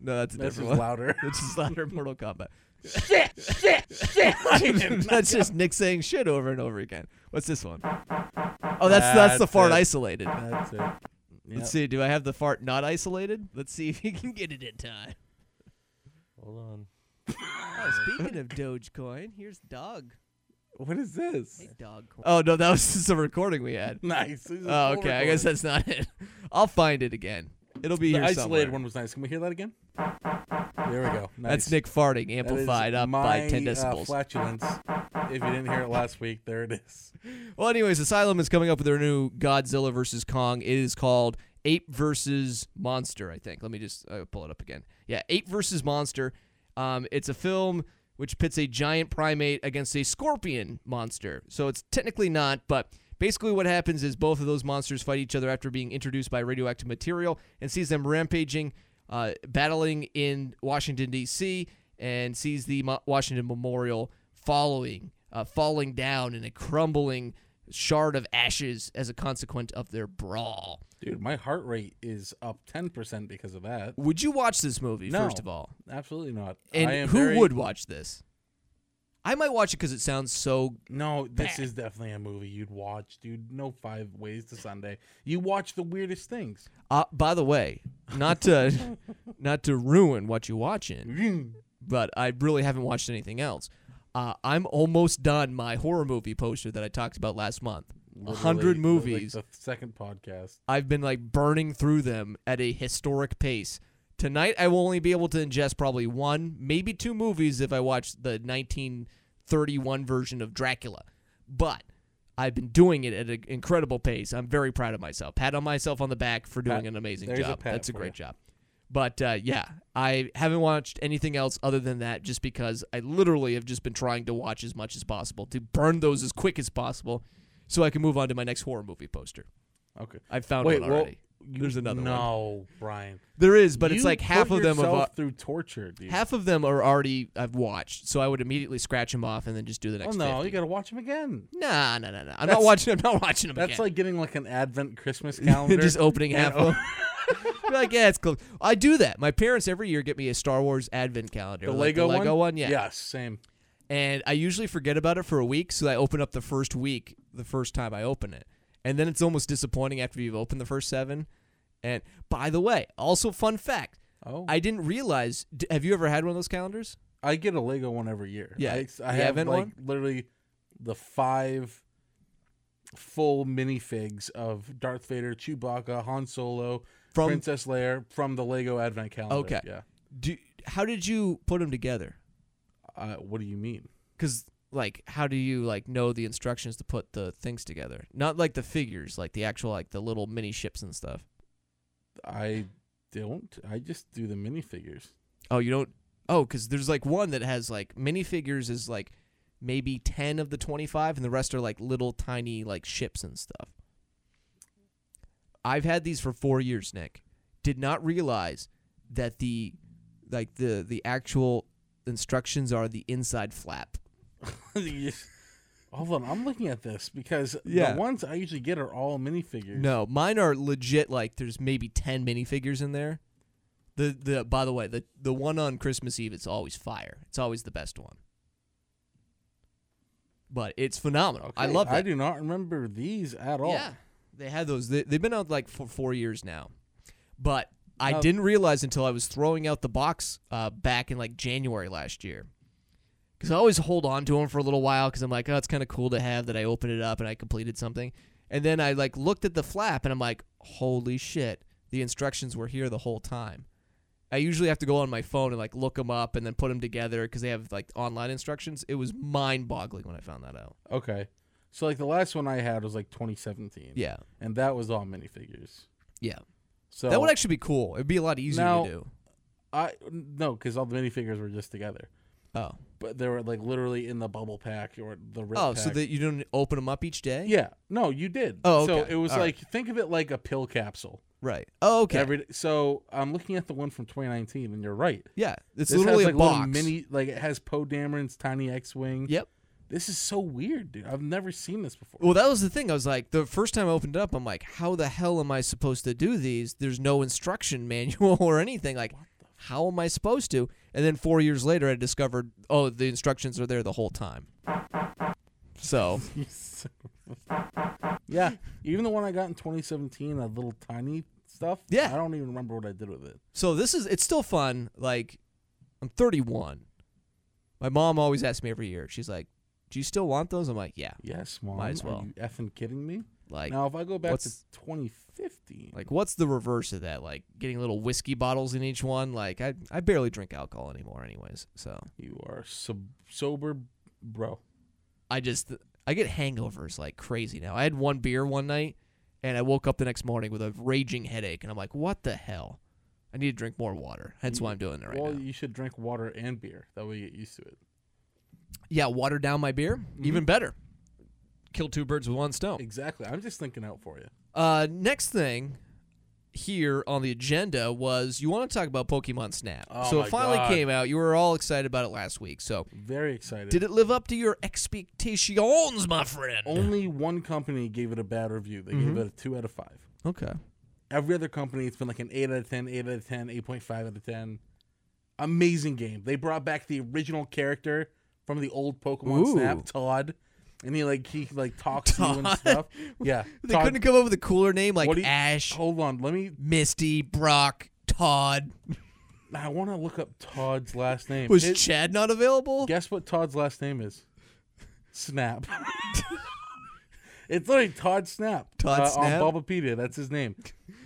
No, that's a This is different one. [LAUGHS] louder. It's just louder Mortal Kombat. [LAUGHS] Shit, shit, shit. that's just Nick saying shit over and over again. What's this one? Oh, that's that's, the That's fart it. isolated. That's it. Let's see. Do I have the fart not isolated? Let's see if he can get it in time. Hold on. Oh, speaking of Dogecoin, here's Dog. What is this? Dogcoin. Oh no, that was [LAUGHS] just a recording we had. [LAUGHS] Nice. This is Oh, full okay. I guess record. that's not it. [LAUGHS] I'll find it again. It'll be the here isolated somewhere. one was nice. Can we hear that again? There we go. Nice. That's Nick farting That is amplified up by my, ten uh, decibels. flatulence. If you didn't hear it last week, there it is. well, anyways, Asylum is coming up with their new Godzilla versus Kong. It is called Ape versus Monster. I think. Let me just uh, pull it up again. Yeah, Ape versus Monster. Um, it's a film which pits a giant primate against a scorpion monster. So it's technically not, but basically what happens is both of those monsters fight each other after being introduced by radioactive material and sees them rampaging, uh, battling in Washington D.C. and sees the Mo- Washington Memorial following, uh, falling down in a crumbling shard of ashes as a consequence of their brawl. Dude, my heart rate is up 10% because of that. Would you watch this movie No. first of all? Absolutely not. I am And who very- would watch this? I might watch it because it sounds so. No, this Bad. is definitely a movie you'd watch, dude. No five ways to Sunday. You watch the [LAUGHS] weirdest things. Uh, by the way, not to [LAUGHS] not to ruin what you're watching, but I really haven't watched anything else. Uh, I'm almost done my horror movie poster that I talked about last month. A hundred Literally, like movies. the second podcast. I've been like burning through them at a historic pace. Tonight, I will only be able to ingest probably one, maybe two movies if I watch the 1931 version of Dracula. But I've been doing it at an incredible pace. I'm very proud of myself. Pat on myself on the back for doing Pat, an amazing there's a job. pat That's a for great you. job. But uh, yeah, I haven't watched anything else other than that just because I literally have just been trying to watch as much as possible to burn those as quick as possible so I can move on to my next horror movie poster. Okay. I found Wait, one well, already. There's another no, one. Brian. There is, but it's You like half put of them have yourself al- through torture, dude. half of them are already I've watched, so I would immediately scratch them off and then just do the Oh next. no, 50. you gotta watch them again. Nah, nah, nah, nah. I'm not That's- watching. I'm not watching them. That's again. [LAUGHS] like getting like an Advent Christmas And calendar. [LAUGHS] just opening half And- of them. [LAUGHS] Be like, yeah, it's cool. I do that. My parents every year get me a Star Wars Advent calendar, the like Lego, the Lego one, yeah. Yes, same. And I usually forget about it for a week, so I open up the first week the first time I open it, and then it's almost disappointing after you've opened the first seven. And by the way, also fun fact, Oh, I, I didn't realize. D- have you ever had one of those calendars? I get a Lego one every year. Yeah. I, I You have haven't like literally the five full minifigs of Darth Vader, Chewbacca, Han Solo, From- Princess Leia from the Lego Advent calendar. Okay. yeah. Do how did you put them together? Uh, what do you mean? Because like, how do you like know the instructions to put the things together? Not like the figures, like the actual like the little mini ships and stuff. I don't. I just do the minifigures. [LAUGHS] Oh, you don't. Oh, because there's like one that has like minifigures is like maybe ten of the twenty five, and the rest are like little tiny like ships and stuff. I've had these for four years, Nick. Did not realize that the like the the actual instructions are the inside flap. You just- Hold on, I'm looking at this because Yeah. the ones I usually get are all minifigures. No, mine are legit. Like there's maybe ten minifigures in there. The the by the way the the one on Christmas Eve it's always fire. It's always the best one. But it's phenomenal. I Okay, love that. I do not remember these at all. Yeah, they had those. They, they've been out like for four years now, but I Now- didn't realize until I was throwing out the box uh, back in like January last year. Because I always hold on to them for a little while because I'm like, oh, it's kind of cool to have that. I opened it up and I completed something, and then I like looked at the flap and I'm like, holy shit, the instructions were here the whole time. I usually have to go on my phone and like look them up and then put them together because they have like online instructions. It was mind-boggling when I found that out. Okay. So like the last one I had was like 2017. Yeah, And that was all minifigures. yeah. So that would actually be cool. It'd be a lot easier Now- to do. I no, because all the minifigures were just together, Oh, but they were like literally in the bubble pack or the rip oh, so pack. that you don't open them up each day? yeah. No, you did. Oh, so okay. it was All like think of it like a pill capsule. Right. Oh, okay. Every so I'm looking at the one from 2019, and you're right. yeah, it's This literally has like a little box. mini, like it has Poe Dameron's tiny X-wing. Yep. This is so weird, dude. I've never seen this before. [LAUGHS] Well, that was the thing. I was like, the first time I opened it up, I'm like, how the hell am I supposed to do these? There's no instruction [LAUGHS] manual or anything. Like, how am I supposed to? And then four years later, I discovered, oh, the instructions are there the whole time. So, yeah, even the one I got in 2017, that little tiny stuff. Yeah. I don't even remember what I did with it. so this is it's still fun. Like, I'm 31. My mom always asks me every year. She's like, "Do you still want those?" I'm like, "Yeah." Yes, mom. Might as well. Are you effing kidding me? Like, now, if I go back to what's- 2015, Like, what's the reverse of that? Like, getting little whiskey bottles in each one? Like, I, I barely drink alcohol anymore, anyways. So, you are sub- sober, bro. I just, I get hangovers like crazy now. I had one beer one night, and I woke up the next morning with a raging headache, and I'm like, what the hell? I need to drink more water. That's why I'm doing it right well, now. you should drink water and beer. That way, you get used to it. yeah, water down my beer, Mm-hmm. even better. Kill two birds with one stone. Exactly. I'm just thinking out for you. Uh, next thing, here on the agenda was you want to talk about Pokemon Snap. Oh so my it finally God. came out. You were all excited about it last week. So Very excited. did it live up to your expectations, my friend? Only one company gave it a bad review. They Mm-hmm. gave it a two out of five. Okay. Every other company, it's been like an 8 out of 10, 8 out of 10, 8.5 out of 10. Amazing game. They brought back the original character from the old Pokemon Ooh. Snap, Todd. And he like he like talks to you and [LAUGHS] stuff. Yeah. They Todd- couldn't come up with a cooler name like what do you- Ash, Hold on, let me Misty, Brock, Todd. I wanna look up Todd's last name. Was It- Chad not available? guess what Todd's last name is? Snap. [LAUGHS] it's literally Todd Snap. uh, Todd Snap? on Bulbapedia. That's his name.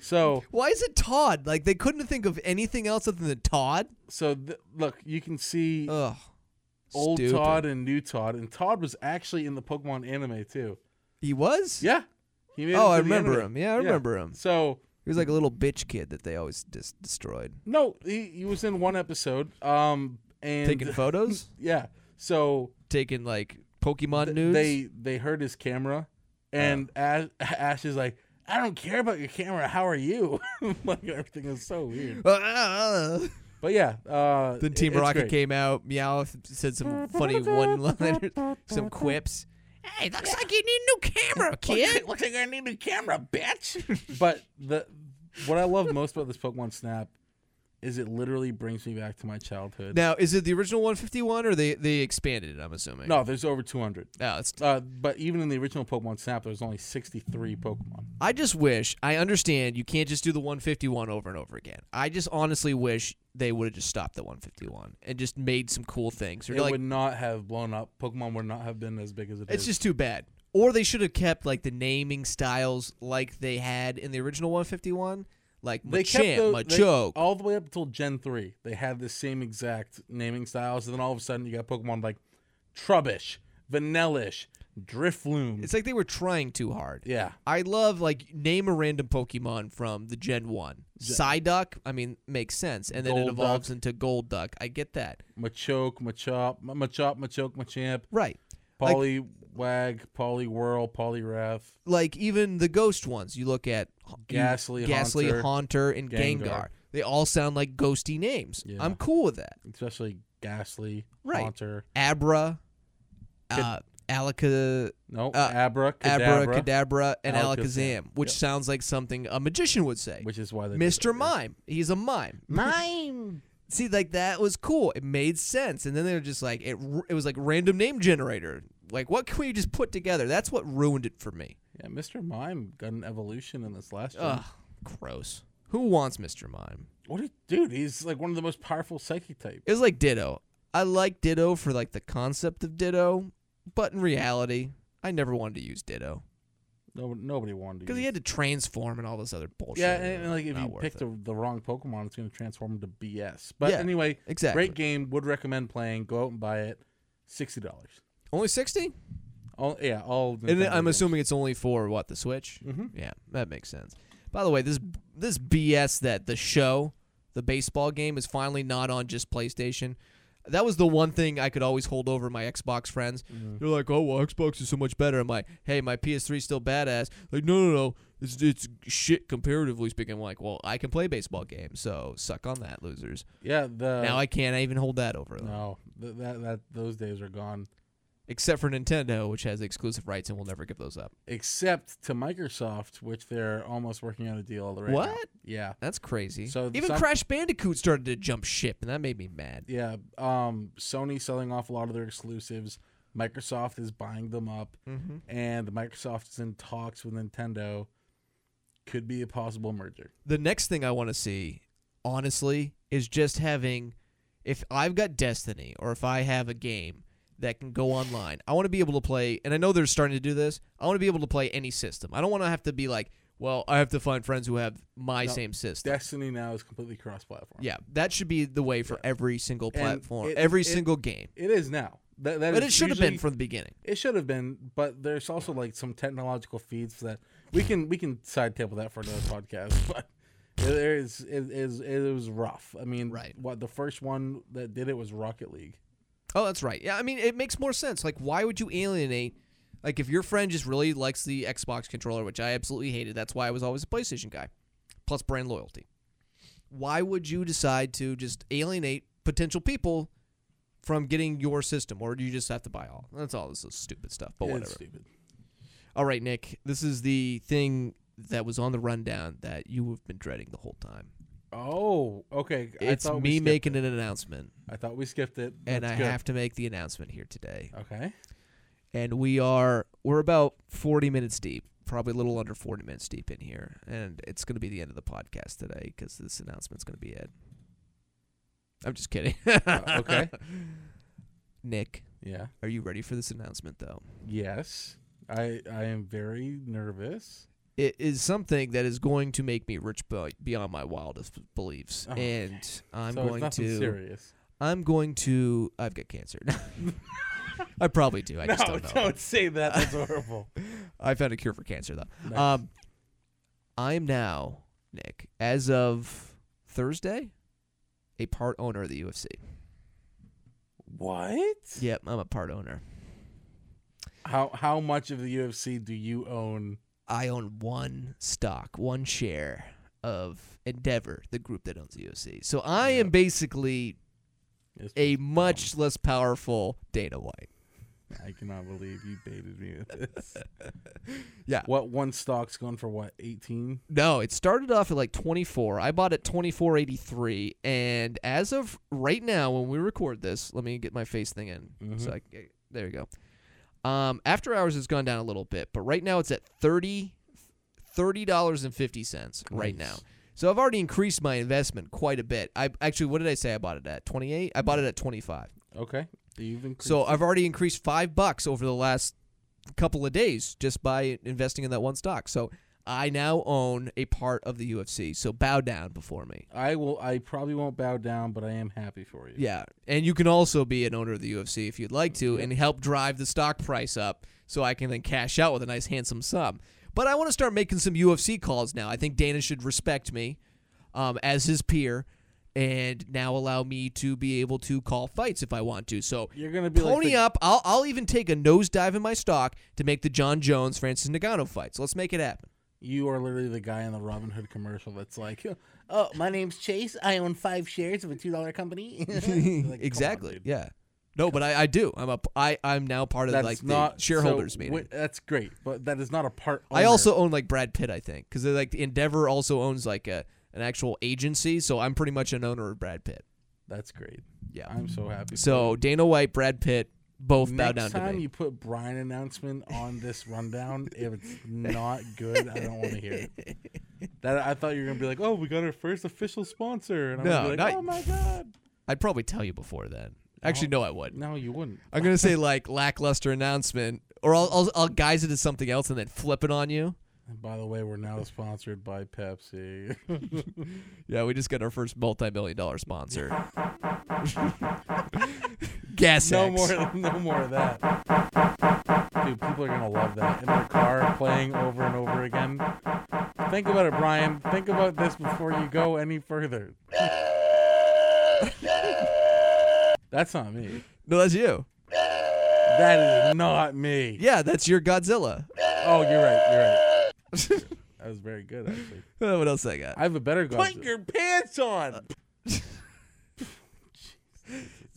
So Why is it Todd? Like they couldn't think of anything else other than Todd. so th- look, you can see Ugh. old Uh, Stupid. Todd and new Todd, and Todd was actually in the Pokemon anime too. He was. Yeah. He made it Oh, to I the remember anime. him. Yeah, I remember him. So He was like a little bitch kid that they always dis- destroyed, no, he, he was in one episode. Um and taking photos, yeah. So taking like Pokemon th- news. [LAUGHS] They they hurt his camera, Oh. and Ash, [LAUGHS] Ash is like, "I don't care about your camera. How are you?" [LAUGHS] like everything is so weird. But yeah, uh, then Team it- it's Rocket great. came out. Meowth said some funny one-liners, [LAUGHS] some quips. Hey, looks like you need a new [LAUGHS] camera, kid. Looks like I need a camera, bitch. [LAUGHS] but the what I love most about this Pokemon Snap is it literally brings me back to my childhood. now, is it the original 151 or they they expanded it? I'm assuming. no, there's over 200. no, it's Uh, but even in the original Pokemon Snap, there's only 63 Pokemon. I just wish I understand you can't just do the 151 over and over again. I just honestly wish they would have just stopped the 151 and just made some cool things. Or It like would not have blown up. Pokemon would not have been as big as it it's is. just too bad. Or they should have kept like the naming styles like they had in the original 151, like they Machamp, kept those, they- Machoke. all the way up until Gen three. They had the same exact naming styles, and then all of a sudden you got Pokemon like Trubbish, Vanellish, Drifloom. it's like they were trying too hard. yeah, I love like name a random Pokemon from the Gen One. Psyduck, I mean, makes sense, and then it Golduck. evolves into Gold Duck. I get that, Machoke, Machop, M- Machop, Machoke, Machamp, right? Like- Poliwag, Poliwhirl, Poliwrath. like even the ghost ones. You look at H- Ghastly, Ghastly Haunter, Haunter, and Gengar. Gengar. They all sound like ghosty names. Yeah. I'm cool with that. Especially Ghastly, Right. Haunter. Abra, uh, Alaka, No, Uh, Abra, Cadabra, Abra, Cadabra, and Alakazam, Alakazam. which Yep. sounds like something a magician would say. which is why they did it, Mr. yeah. Mime, he's a mime. Mime. [LAUGHS] See, like that was cool. It made sense, and then they were just like it. r- It was like random name generator. Like, what can we just put together? That's what ruined it for me. Yeah, Mr. Mime got an evolution in this last. gen. Ugh, gross. Who wants Mr. Mime? What a dude! He's like one of the most powerful psychic types. It was like Ditto. I like Ditto for like the concept of Ditto, but in reality, I never wanted to use Ditto No, nobody wanted to. because he use- had to transform and all this other bullshit. yeah, and, and, like if Not you worth pick it. the, the wrong Pokemon, it's going to transform into BS. But Yeah, anyway, exactly. great game. Would recommend playing. Go out and buy it. Sixty dollars. only sixty, All yeah, all. and Nintendo I'm games. assuming it's only for what the Switch. Mm-hmm. Yeah, that makes sense. By the way, this this BS that the show, the baseball game, is finally not on just PlayStation. That was the one thing I could always hold over my Xbox friends. Mm-hmm. They're like, "Oh, well, Xbox is so much better." I'm like, "Hey, my PS3 still badass." Like, no, no, no, it's it's shit comparatively speaking. I'm like, well, I can play baseball games, so suck on that, losers. Yeah, the now I can't even hold that over them, Uh, no th- that that those days are gone. except for Nintendo, which has exclusive rights and will never give those up. Except to Microsoft, which they're almost working on a deal right now. What? Yeah, That's crazy. So even some- Crash Bandicoot started to jump ship, and that made me mad. yeah. Um, Sony selling off a lot of their exclusives. Microsoft is buying them up, and Microsoft is in talks with Nintendo. Could be a possible merger. The next thing I want to see, honestly, is just having if I've got Destiny or if I have a game that can go online, I want to be able to play. And I know they're starting to do this. I want to be able to play any system. I don't want to have to be like, well, I have to find friends who have my No, same system. Destiny now is completely cross-platform. yeah, that should be the way for every single And platform, it- every it- single game. it is now. That, that But is it should have usually- been from the beginning. It should have been, but there's also like some technological feats that we can we can side table that for another podcast. [LAUGHS] But there is it is it was rough. I mean, Right. What the first one that did it was Rocket League. Oh, that's right. Yeah, I mean, it makes more sense. Like, why would you alienate? Like, if your friend just really likes the Xbox controller, which I absolutely hated, that's why I was always a PlayStation guy. plus brand loyalty. Why would you decide to just alienate potential people from getting your system, or do you just have to buy all? That's all this is stupid stuff, but It's whatever. stupid. All right, Nick, this is the thing that was on the rundown that you have been dreading the whole time. Oh, okay. I It's thought we me skipped making it. an announcement, I thought we skipped it. and That's I good. have to make the announcement here today. Okay. And we are we're about 40 minutes deep, probably a little under 40 minutes deep in here, and it's going to be the end of the podcast today cuz this announcement's going to be it. I'm just kidding. Uh, okay. [LAUGHS] Nick, Yeah. are you ready for this announcement though? Yes. I I am very nervous. it is something that is going to make me rich be- beyond my wildest beliefs, Oh, okay. and I'm so it's going nothing to. serious. I'm going to. I've got cancer. [LAUGHS] I probably do. I just [LAUGHS] No, don't know. don't say that. That's [LAUGHS] horrible. I found a cure for cancer though. Nice. Um, I'm now Nick, as of Thursday, a part owner of the UFC. What? Yep, I'm a part owner. How how much of the UFC do you own? I own one stock, one share of Endeavor, the group that owns the UFC. So I am basically It's- a much less powerful Dana White. I cannot believe you baited me with this. [LAUGHS] Yeah. What one stock's going for? What eighteen? No, it started off at like 24. I bought at 24.83 and as of right now when we record this, let me get my face thing in. So I, eh, there you go. Um after hours has gone down a little bit, but right now it's at 30 $30.50 right now. So I've already increased my investment quite a bit. I actually what did I say I bought it at? 28? I bought it at 25. Okay. You've increased. So I've already increased five bucks over the last couple of days just by investing in that one stock. So I now own a part of the UFC. So bow down before me. I will. I probably won't bow down, but I am happy for you. Yeah. And you can also be an owner of the UFC if you'd like to and help drive the stock price up so I can then cash out with a nice handsome sum. But I want to start making some UFC calls now. I think Dana should respect me um, as his peer and now allow me to be able to call fights if I want to. So You're gonna be like pony the- up. I'll, I'll even take a nosedive in my stock to make the John Jones Francis Ngannou fights. Let's make it happen. You are literally the guy in the Robin Hood commercial that's like, Oh, my name's Chase. I own five shares of a $2 company. [LAUGHS] [LAUGHS] Like, come on, exactly. dude. yeah. No, but I, I do. I'm a p- I I'm now part of That's like not the shareholders so, oh, meeting. wait, that's great, but that is not a part. I owner. also own like Brad Pitt, I think, because like Endeavor also owns like a an actual agency, so I'm pretty much an owner of Brad Pitt. That's great. Yeah. I'm so happy. so Dana White, Brad Pitt, both Next bow down time to me. you put Brian announcement on this rundown, if it's not good, I don't want to hear it. That I thought you were gonna be like, oh, we got our first official sponsor, and I'm No, gonna be like, not- oh my god. I'd probably tell you before then. Actually, no, I wouldn't. No, you wouldn't. I'm gonna say like lackluster announcement, or I'll, I'll I'll guise it as something else and then flip it on you. And by the way, we're now sponsored by Pepsi. [LAUGHS] Yeah, we just got our first multi-million dollar sponsor. Gas no X. more, no more of that. Dude, people are gonna love that in their car, playing over and over again. Think about it, Brian. Think about this before you go any further. [LAUGHS] That's not me. No, that's you. That is not me. Yeah, that's your Godzilla. Oh, you're right. You're right. [LAUGHS] that was very good, actually. Uh, what else I got? I have a better Put Godzilla. your pants on.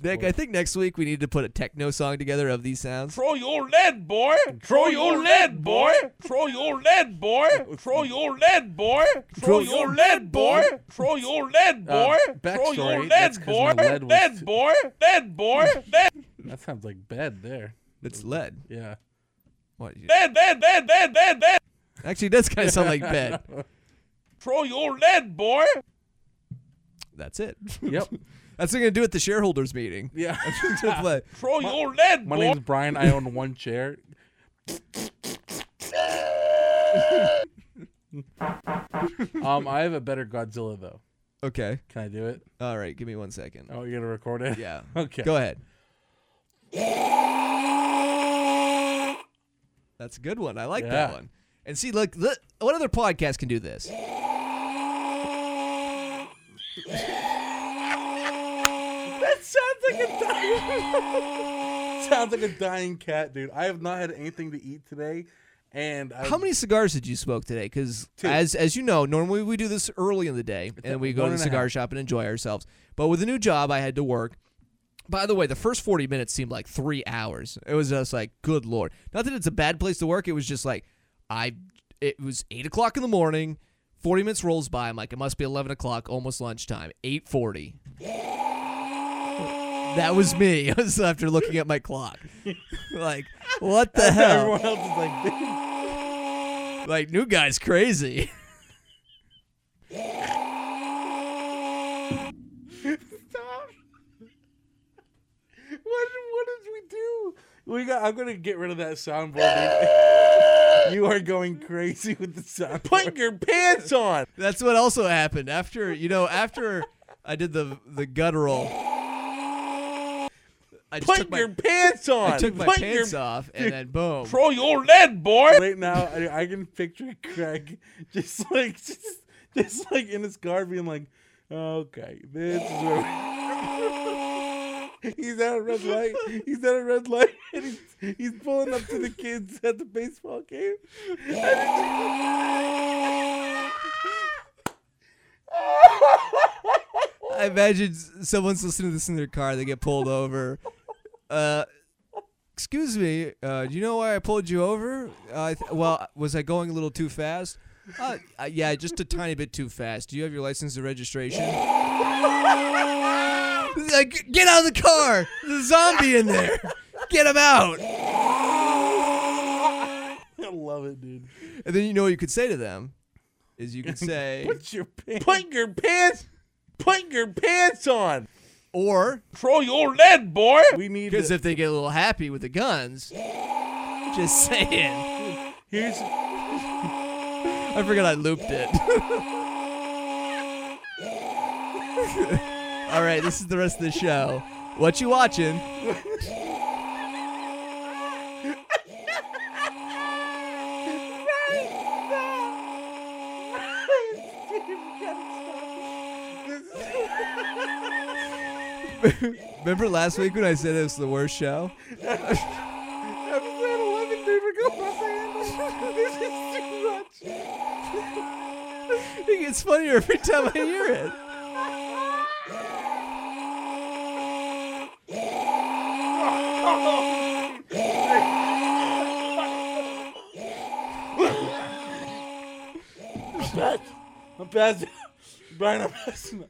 Nick, I think next week we need to put a techno song together of these sounds. Throw your lead, boy. Throw your lead, boy. Throw your lead, boy. Throw your lead, boy. Throw your lead, boy. Throw your lead, boy. Throw your Uh, backstory, that's lead, 'cause boy. my lead was too- Lead, boy. Lead, boy. Lead, That sounds like bed there. It's lead. Yeah. What? [LAUGHS] you- lead, lead, lead, lead, lead, lead. Actually, it does kind of sound like [LAUGHS] bed. Throw your lead, boy. That's it. Yep. [LAUGHS] That's what we're gonna do at the shareholders meeting. [LAUGHS] Yeah. [LAUGHS] That's what we'll play. Throw your lead, My boy. name's Brian. I own one chair. um, I have a better Godzilla though. okay. Can I do it? All right. Give me one second. Oh, you're gonna record it? Yeah. [LAUGHS] Okay. Go ahead. That's a good one. I like that Yeah. one. And see, look, look, what other podcast can do this? That sounds like a [LAUGHS] dying. sounds like a dying cat, dude. I have not had anything to eat today, And I, How many cigars did you smoke today? Because Two. as as you know, normally we do this early in the day and we go one to the and a cigar half. shop and enjoy ourselves. But with a new job, I had to work. By the way, the first forty minutes seemed like three hours. It was just like, good lord. Not that it's a bad place to work. It was just like, I. It was eight o'clock in the morning. Forty minutes rolls by. I'm like, it must be eleven o'clock, almost lunchtime. Eight forty. That was me. [LAUGHS] I was after looking at my clock, [LAUGHS] like, what [LAUGHS] the hell? everyone else is like, "Dude, Like, new guy's crazy. [LAUGHS] stop. What, what did we do? We got. I'm gonna get rid of that soundboard. [LAUGHS] dude. you are going crazy with the sound. Put your pants on. That's what also happened after you know after I did the the guttural. I just took Put my, your pants on. I took my Put pants [LAUGHS] your, off and then boom. Throw your lead, boy. right now, I, I can picture Craig just like just, just like in his car being like, okay, this is where [LAUGHS] we He's at a red light. He's at a red light, [LAUGHS] and he's, he's pulling up to the kids at the baseball game. I imagine s- someone's listening to this in their car. They get pulled over. Uh, excuse me. Uh, do you know why I pulled you over? Uh, I th- well, was I going a little too fast? Uh, uh, yeah, just a tiny bit too fast. Do you have your license and registration? It's like, get out of the car! There's a zombie in there. Get him out! I love it, dude. And then you know what you could say to them is you could say, Put your pants. Put your pants. Put your pants on. or Throw your lead, boy. We need. because to- if they get a little happy with the guns, just saying. here's I forgot I looped it. [LAUGHS] All right, this is the rest of the show. What you watching? [LAUGHS] Remember last week when I said it was the worst show? episode eleven, dude. We're going off the handle. This is too much. It gets funnier every time I hear it. I'm passing. Brian, I'm passing. out.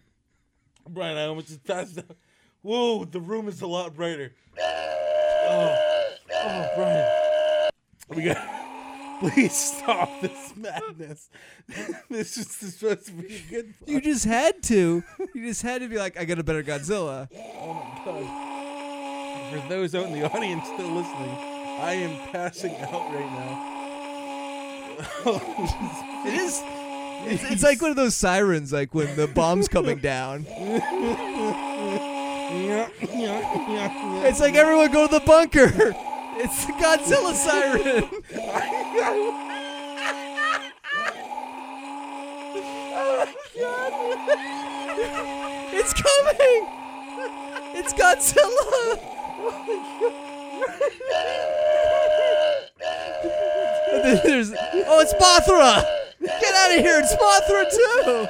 Brian, I almost just passed out. Whoa, the room is a lot brighter. Oh, oh Brian. We got. [LAUGHS] Please stop this madness. [LAUGHS] this is this is supposed to be a good. You just had to. You just had to be like, I got a better Godzilla. For those out in the audience still listening, I am passing out right now. [LAUGHS] It is. It's, it's like one of those sirens, like when the bomb's coming down. It's like everyone go to the bunker. It's the Godzilla siren. [LAUGHS] It's coming. It's Godzilla. And then there's oh, it's Mothra. Get out of here! It's Mothra too.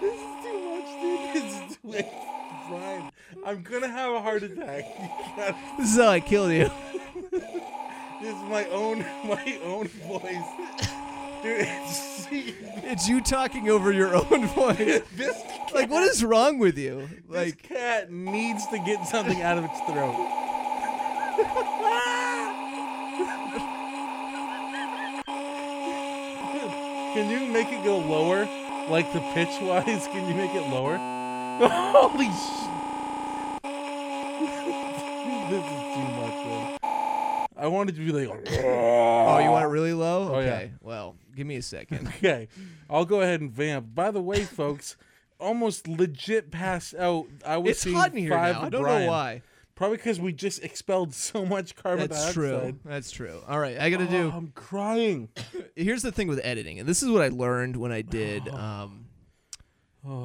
This is too much, dude. This is too much. Brian, I'm gonna have a heart attack. [LAUGHS] You gotta- This is how I killed you. This is my own, my own voice, dude. [LAUGHS] It's, It's you talking over your [LAUGHS] own voice. this cat, Like, what is wrong with you? this Like, cat needs to get something out of its throat. [LAUGHS] Can you make it go lower, like the pitch wise? Can you make it lower? [LAUGHS] Holy sh! [LAUGHS] this is too much. Man. I wanted to be like, [LAUGHS] oh, you want it really low? Oh, yeah. Okay. Well, give me a [LAUGHS] second. Okay, I'll go ahead and vamp. By the way, folks, almost legit pass out. I was It's seeing hot in here five now. I don't Brian. know why. Probably because we just expelled [LAUGHS] so much carbon That's dioxide. true. That's true. All right, I gotta Oh, do. I'm [LAUGHS] crying. Here's the thing with editing, and this is what I learned when I did. Oh. Um,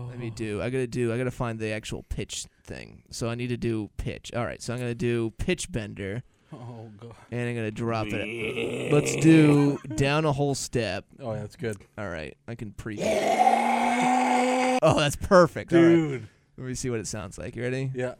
let me do. I gotta do. I gotta find the actual pitch thing. So I need to do pitch. All right. So I'm gonna do pitch bender. Oh god. and I'm gonna drop it. Let's do down a whole step. Oh, yeah, that's good, All right, I can pre. Oh, that's perfect. All right. Let me see what it sounds like. You ready? Yeah.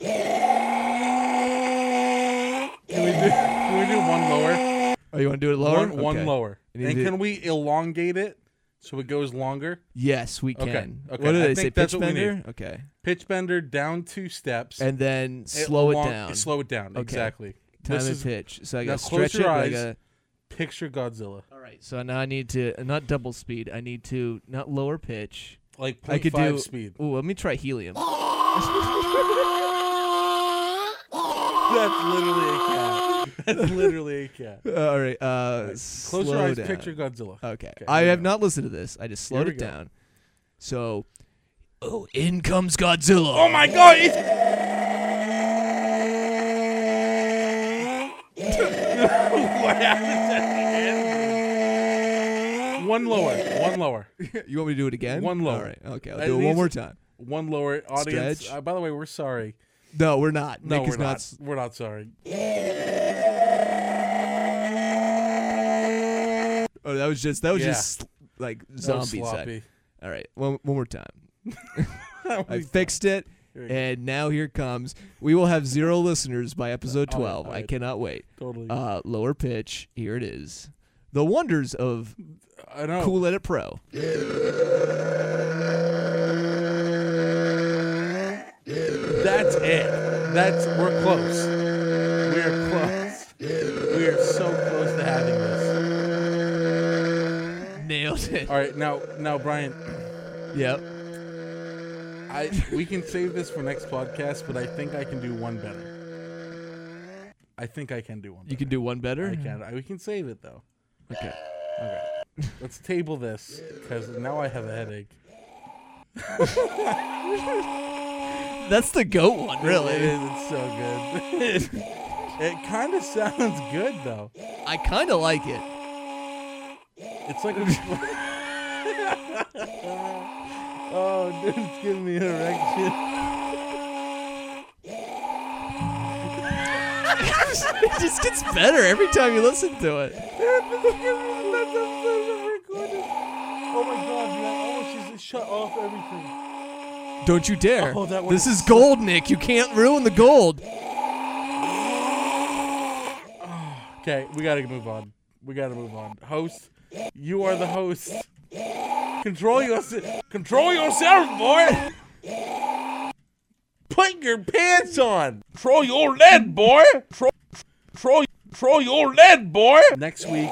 Can we do? Can we do one lower? Oh, you want to do it lower? One, one Okay. lower. And And, you do- can we elongate it so it goes longer? Yes, we Okay, can. okay, What do I they think say? that's pitch what we bender? Okay. Pitch bender down two steps. And then slow it elong- down. Slow it down. Okay. Exactly. Time this and is- pitch. So I now got to close stretch your it. but I eyes. gotta- Picture Godzilla. All right. So now I need to not double speed. I need to not lower pitch. Like I could 0.5 do speed. [LAUGHS] Oh! Ooh, let me try helium. That's literally a cat. That's literally a cat. All right. Uh, [LAUGHS] Close slow your eyes. down. Picture Godzilla. Okay. Okay, I here we have go. not listened to this. I just slowed Here we it go. down. So, oh, in comes Godzilla. Oh my god, [LAUGHS] it's One lower. One lower. You want me to do it again? One All lower. right. Okay. I'll That do it one needs- more time. One lower. Audience. Stretch. Uh, by the way, we're sorry. No, we're not. No, Nick we're is not. s- We're not sorry. Oh, that was just that was Yeah. just like That was zombie side. [LAUGHS] sloppy. All right. One one more time. That I was- fixed it. we go. And now here comes. We will have zero listeners by episode all right, 12. all I right. cannot wait. totally. Uh, lower pitch. Here it is. The wonders of I know. Cool Edit Pro. That's it. That's we're close. We're close. We are so close to having this. Nailed it. All right, now now Brian, Yep. I we can save this for next podcast, but I think I can do one better. I think I can do one. Better. You can do one better. I can. I, we can save it though. Okay. Okay. Let's table this because now I have a headache. That's the goat one, It really. is. It's so good. [LAUGHS] it kind of sounds good though. I kind of like it. [LAUGHS] It's like. A, [LAUGHS] oh, dude, it's giving me an erection. it just gets better every time you listen to it. Oh my god, man, I almost just shut off everything. Don't you dare. Oh, that one this is gold, Nick. You can't ruin the gold. Okay, we gotta move on. We gotta move on. Host, you are the host. Control yourself. Control yourself, boy. Put your pants on. Troll your lead, boy! Troll, troll, troll your lead, boy! Next week,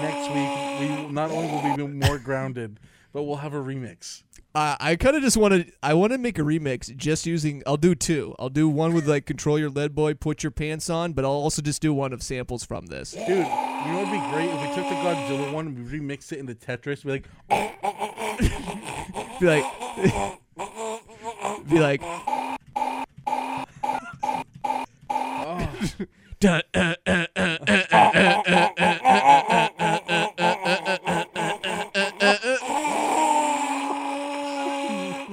next week, we not only will we be more grounded, but we'll have a remix. Uh, I kind of just want to. I want to make a remix just using. I'll do two. I'll do one with like "Control Your Lead Boy," "Put Your Pants On," but I'll also just do one of samples from this. Dude, you know what'd be great if we took the Godzilla one and we remixed it into Tetris. Be like, Be like, be like. Dun, uh, uh, uh, uh, uh, uh, uh, uh, uh, uh, uh, uh, uh, uh, uh, uh, uh.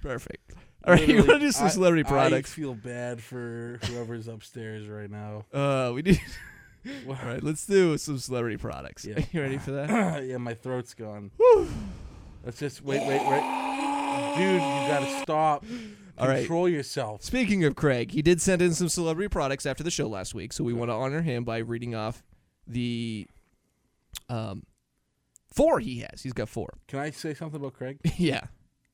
Perfect. All [LAUGHS] right, [LAUGHS] you Literally, want to do some I- celebrity I products? feel bad for whoever's upstairs right now. [CLEARS THROAT] Uh, we [LAUGHS] need. All right, let's do some celebrity products. Yeah. [LAUGHS] You ready for that? yeah, my [SIGHS] throat's gone. Let's just wait, wait, wait. Dude, you gotta stop. All right. Control yourself. Speaking of Craig, he did send in some celebrity products after the show last week, so we want to honor him by reading off the um four he has. He's got [LAUGHS] four. Can I say something about Craig? yeah,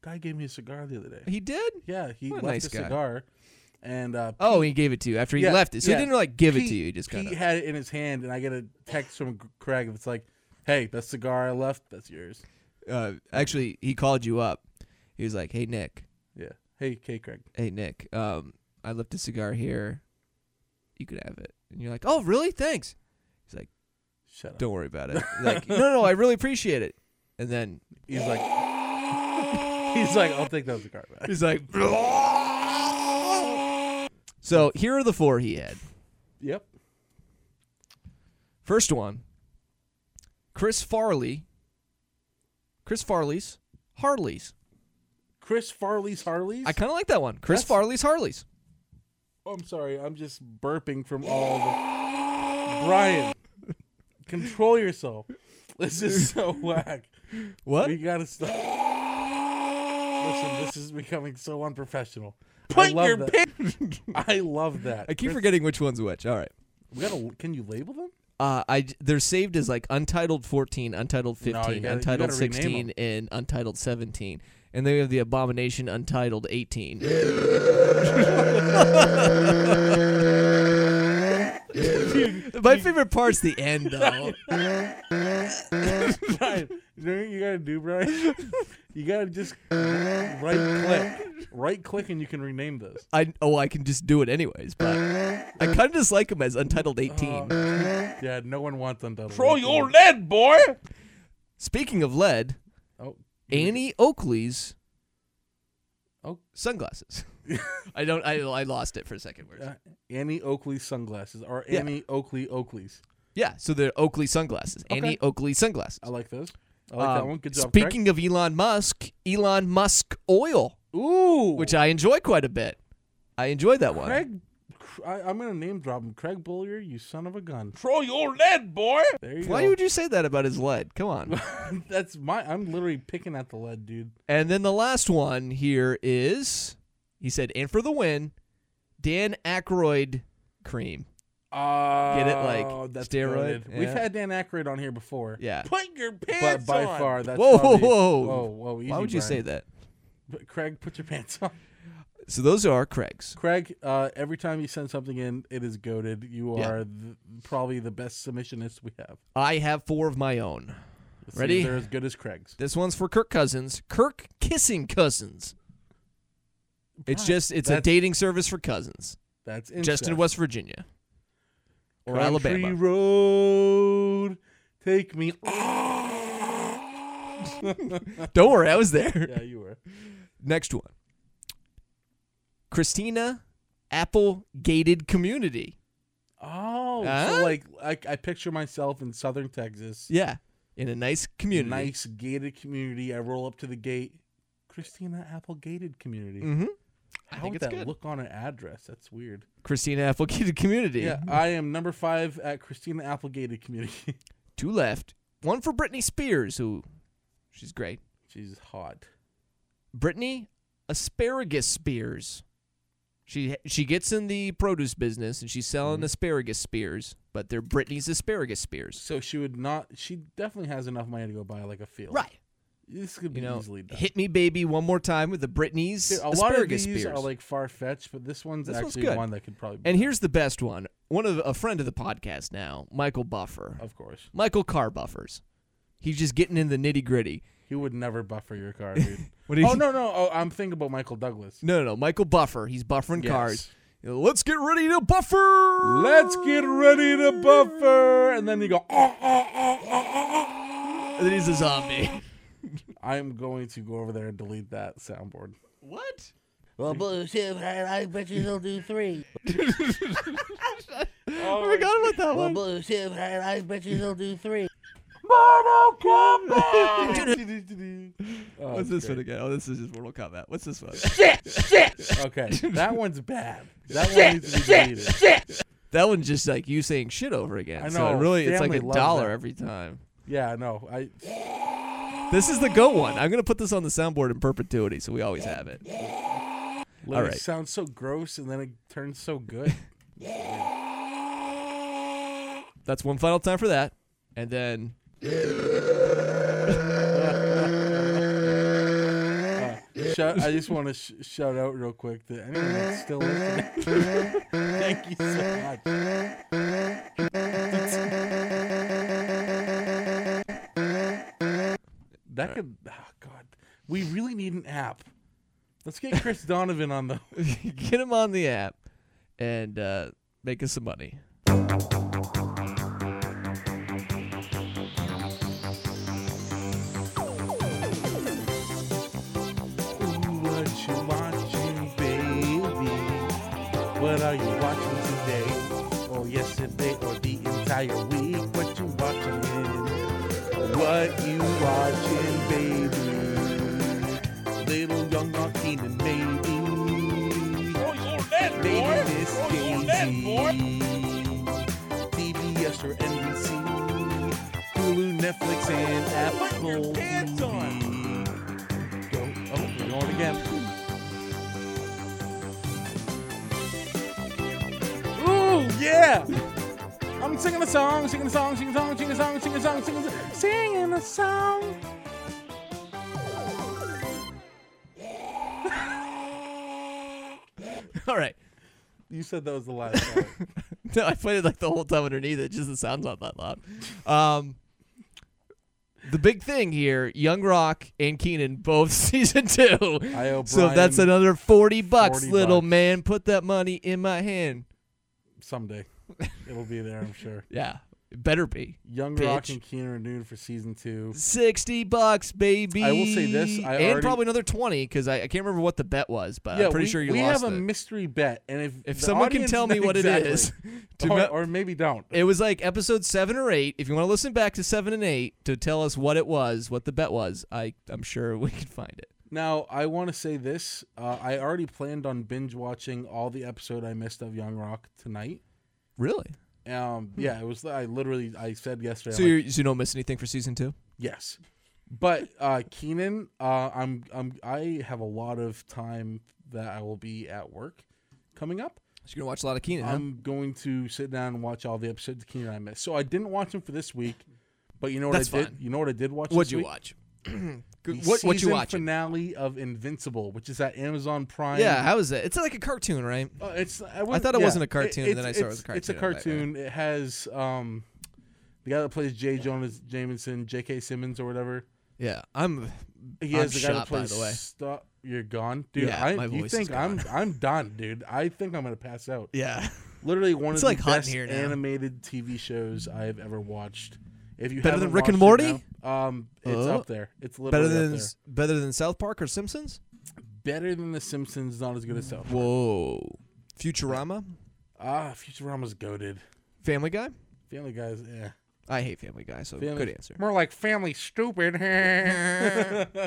Guy gave me a cigar the other day. he did. Yeah, he What a left nice a guy. cigar, and uh, Oh, he gave it to you after he Yeah, left it. So yeah. he didn't like give it to Pete- you. He just kind Pete of. had it in his hand, and I get a text from G- Craig. It's like, "Hey, that cigar I left, that's yours." Uh, actually, he called you up. He was like, "Hey Nick, Yeah. Hey, K. Craig. hey Nick, um, I left a cigar here. You could have it." And you're like, "Oh, really? Thanks." He's like. Shut up. don't worry about it. [LAUGHS] Like, no, no, I really appreciate it. And then He's like, [LAUGHS] he's like, I'll take that cigar back. [LAUGHS] he's like, so here are the four he had. Yep. First one, Chris Farley. Chris Farley's Harleys. Chris Farley's Harleys. I kind of like that one. Chris That's- Farley's Harleys. Oh, I'm sorry. I'm just burping from all the. [LAUGHS] Brian, control yourself. This is so [LAUGHS] whack. What? We gotta stop. Listen, this is becoming so unprofessional. I Put love your that. [LAUGHS] I love that. I keep There's- forgetting which one's which. All right. We gotta. Can you label them? Uh, I j- they're saved as like Untitled 14, Untitled No, you 15, gotta- you Untitled gotta rename 16, and Untitled 17, and they have the Abomination Untitled 18. [LAUGHS] My favorite part's the end though. [LAUGHS] Brian, you know what you gotta do, Brian? [LAUGHS] You gotta just right click, right click, and you can rename those. I oh I can just do it anyways, but I kind of dislike them as Untitled 18. Uh-huh. Yeah, no one wants them. to- Throw your lead, boy. Speaking of lead, Oh, [LAUGHS] Annie Oakley's Oh. sunglasses. I don't. I, I lost it for a second. Where's- uh, Annie Oakley sunglasses or Yeah. Annie Oakley Oakleys. Yeah, so they're Oakley sunglasses. Annie Oakley sunglasses. I like those. I like that Um, one. Good job. Craig. Speaking of Elon Musk, Elon Musk oil, ooh, which I enjoy quite a bit. I enjoyed that one. Craig. Cr- I, I'm gonna name drop him. Craig Bullier, you son of a gun. Throw your lead, boy. There you Why go. would you say that about his lead? Come on. [LAUGHS] That's my. I'm literally picking at the lead, dude. and then the last one here is he said, and for the win, Dan Aykroyd cream. Oh, it, like, that's steroid? good. We've Yeah. had Dan Aykroyd on here before. Yeah. Put your but pants by on. far that's Whoa, probably- whoa, whoa whoa easy, Why would you Brian. say that? But Craig put your pants on [LAUGHS] So those are Craig's. Craig uh, every time you send something in it is goaded you Yeah. are th- probably the best submissionist we have I have four of my own. Let's see if Ready? they're as good as Craig's This one's for Kirk Cousins. Kirk kissing cousins. It's just it's a That's- dating service for cousins. that's Just in incest. West Virginia or Country Alabama. road take me [LAUGHS] [LAUGHS] Don't worry, I was there. yeah you were Next one. Christina Apple gated community. oh Huh? so like I, I picture myself in southern Texas Yeah. In a nice community. nice gated community I roll up to the gate Christina Apple gated community Mm-hmm. I How think would it's that good. look on an address? That's weird. Christina Apple gated community. Yeah, I am number five at Christina Applegated Community. [LAUGHS] Two left. One for Britney Spears, who she's great. She's hot. Brittany asparagus spears. She she gets in the produce business and she's selling Mm-hmm. asparagus spears, but they're Brittany's asparagus spears. So she would not. She definitely has enough money to go buy like a field. Right. This could be You know, easily done. hit me baby one more time with the Brittany's Dude, a asparagus lot of these spears. are like far fetched, but this one's This one's actually good. one that could probably. Be and here's the best one. One of a friend of the podcast now, Michael Buffer. of course, Michael Carr Buffers. He's just getting in the nitty-gritty. he would never buffer [LAUGHS] your car, dude. What oh no, no. Oh, I'm thinking about Michael Douglas. No, no, no. Michael Buffer. He's buffering Yes. cars. Let's get ready to buffer. Let's get ready to buffer, and then you go. Oh, oh, oh, oh, oh. And then he's a zombie. [LAUGHS] I am going to go over there and delete that [LAUGHS] soundboard. what? Well, bullshit, I, I bet you he'll do three. I forgot about that Well, bullshit, I, I bet you he'll do three. What's this one again? Oh, this is just Mortal Kombat. What's this [LAUGHS] one? Okay, that one's bad. That one needs to be deleted. that one's just like you saying shit over again. I So it know. really, it's like Family a loves dollar that. every time. Yeah, no, I This is the go one. I'm gonna put this on the soundboard in perpetuity, so we always have it. All right. right. It sounds so gross, and then it turns so good. That's one final time for that, and then [LAUGHS] Shout, I just want to sh- shout out real quick to anyone that's still listening. [LAUGHS] Thank you so much. that could, oh God, we really need an app. Let's get Chris Donovan on the. get him on the app and uh, make us some money. [LAUGHS] Ooh, what you watching, baby? What are you watching today? Or yesterday or the entire week? What you watching? What you watching, baby? Little young Keenan, maybe. Throw your lead, Maybe boy. this lead, boy. CBS or NBC, Hulu, Netflix, and Put your Apple. pants on. Go. Oh, we're going again. Ooh, yeah! I'm singing a song, singing a song, singing a song, singing a song, singing a song, singing a song, singing a song. All right. You said that was the last [LAUGHS] song. [LAUGHS] No, I played it like the whole time underneath it. Just the sound's not that loud. Um, the big thing here: Young Rock and Keenan both [LAUGHS] season two. I owe so that's Brian another forty bucks, 40 little bucks. man. Put that money in my hand. someday. It'll be there, I'm sure. Yeah, it better be Young Rock Bitch. and Keenan renewed for season two. sixty bucks, baby. I will say this, I and already- probably another twenty because I, I can't remember what the bet was, but I'm pretty we, sure you we lost have a it. mystery bet, and if if the someone can audience tell me knows what exactly- it [LAUGHS] is, [LAUGHS] to or, me- or maybe don't. It was like episode seven or eight. If you want to listen back to seven and eight to tell us what it was, what the bet was, I I'm sure [LAUGHS] we can find it. Now, I want to say this. Uh, I already planned on binge watching all the episode I missed of Young Rock tonight. Really? Um, yeah, it was. I literally, I said yesterday. Hmm. So I'm like, you so you don't miss anything for season two? yes, but uh, Keenan, uh, I'm, I'm, I have a lot of time that I will be at work coming up. So you're gonna watch a lot of Keenan. huh? I'm going to sit down and watch all the episodes of Keenan I missed. So I didn't watch them for this week, but you know what That's I did? fine. You know what I did watch? What'd this you [CLEARS THROAT] week? watch? The Good- what what you season watching? Finale of Invincible, which is at Amazon Prime. yeah, how is it? It's like a cartoon, right? Uh, it's. I, wouldn't- thought it yeah, wasn't a cartoon, and then I it's- saw it was a It's a cartoon. cartoon. It has um, the guy that plays J. Jonas Jameson, J.K. Simmons, or whatever. Yeah, I'm. He I'm has the guy shot, that by plays. the way. Stu- You're gone, dude. Yeah, I, my you voice think is I'm I'm done, dude? I think I'm gonna pass out. [LAUGHS] Yeah, Literally one It's of like the hot in best here now. animated TV shows I've ever watched. If you Better than haven't Rick and watched it Morty? now, um, it's Oh. up there. It's literally better than up s- better than South Park or Simpsons. there. better than The Simpsons. Not as good as South. Park. Whoa, Futurama, Ah, Futurama's goaded. Family Guy. Family Guy's yeah. I hate Family Guy, so Family- good answer. More like family stupid. [LAUGHS]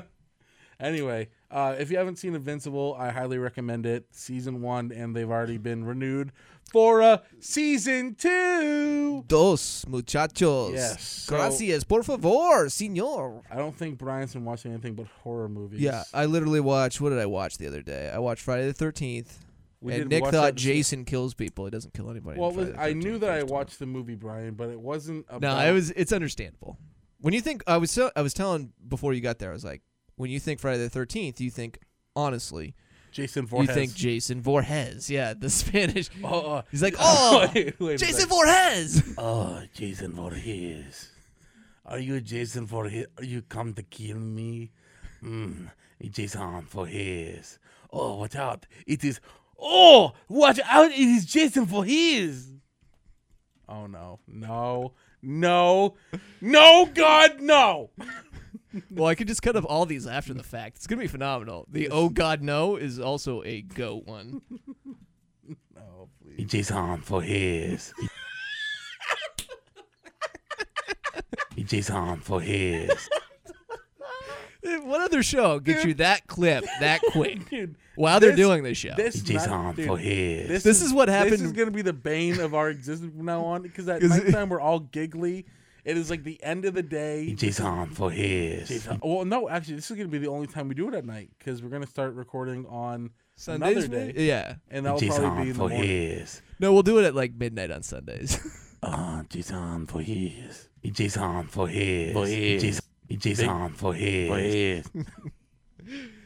anyway, uh, if you haven't seen Invincible, I highly recommend it. Season one, and they've already been renewed for a season two. Dos muchachos. Yes, so- Gracias, por favor, señor. I don't think Brian's been watching anything but horror movies. Yeah, I literally watched. What did I watch the other day? I watched Friday the Thirteenth. We and did Nick watch thought that- Jason kills people. He doesn't kill anybody. in Well, it was, Friday the I knew 13th, that I first of all. watched the movie Brian, but it wasn't. About, No, it was. It's understandable. When you think I was, so, I was telling before you got there. I was like, when you think Friday the Thirteenth, you think honestly, Jason Voorhees. you think Jason Voorhees. Yeah, the [LAUGHS] Spanish. [LAUGHS] Oh, uh, He's like, oh, wait, wait a Jason second. Voorhees. [LAUGHS] Oh, Jason Voorhees. Are you Jason Voorhees? Are you come to kill me? Mm, Jason Voorhees. Oh, watch out. It is. Oh, watch out. It is Jason Voorhees. Oh, no. No. No. No, God, no. Well, I could just cut up all these after the fact. It's gonna be phenomenal. The oh god no is also a goat [LAUGHS] one. Jason [LAUGHS] Voorhees. Jason Voorhees. Eh, What other show gets you that clip that quick Dude. while they're this- doing this show? This, not, dude, this, This is what This is happened- going to be the bane of our existence from now on because [LAUGHS] at 'Cause it- nighttime we're all giggly. It is like the end of the day. Jason for his. Jeez, uh, Well, no, actually, this is going to be the only time we do it at night because we're going to start recording on another day, Yeah. and that'll probably be in the morning. his. No, we'll do it at like midnight on Sundays. [LAUGHS] Ah, Jason for his. Jason for his. For his. Jason for his. For his.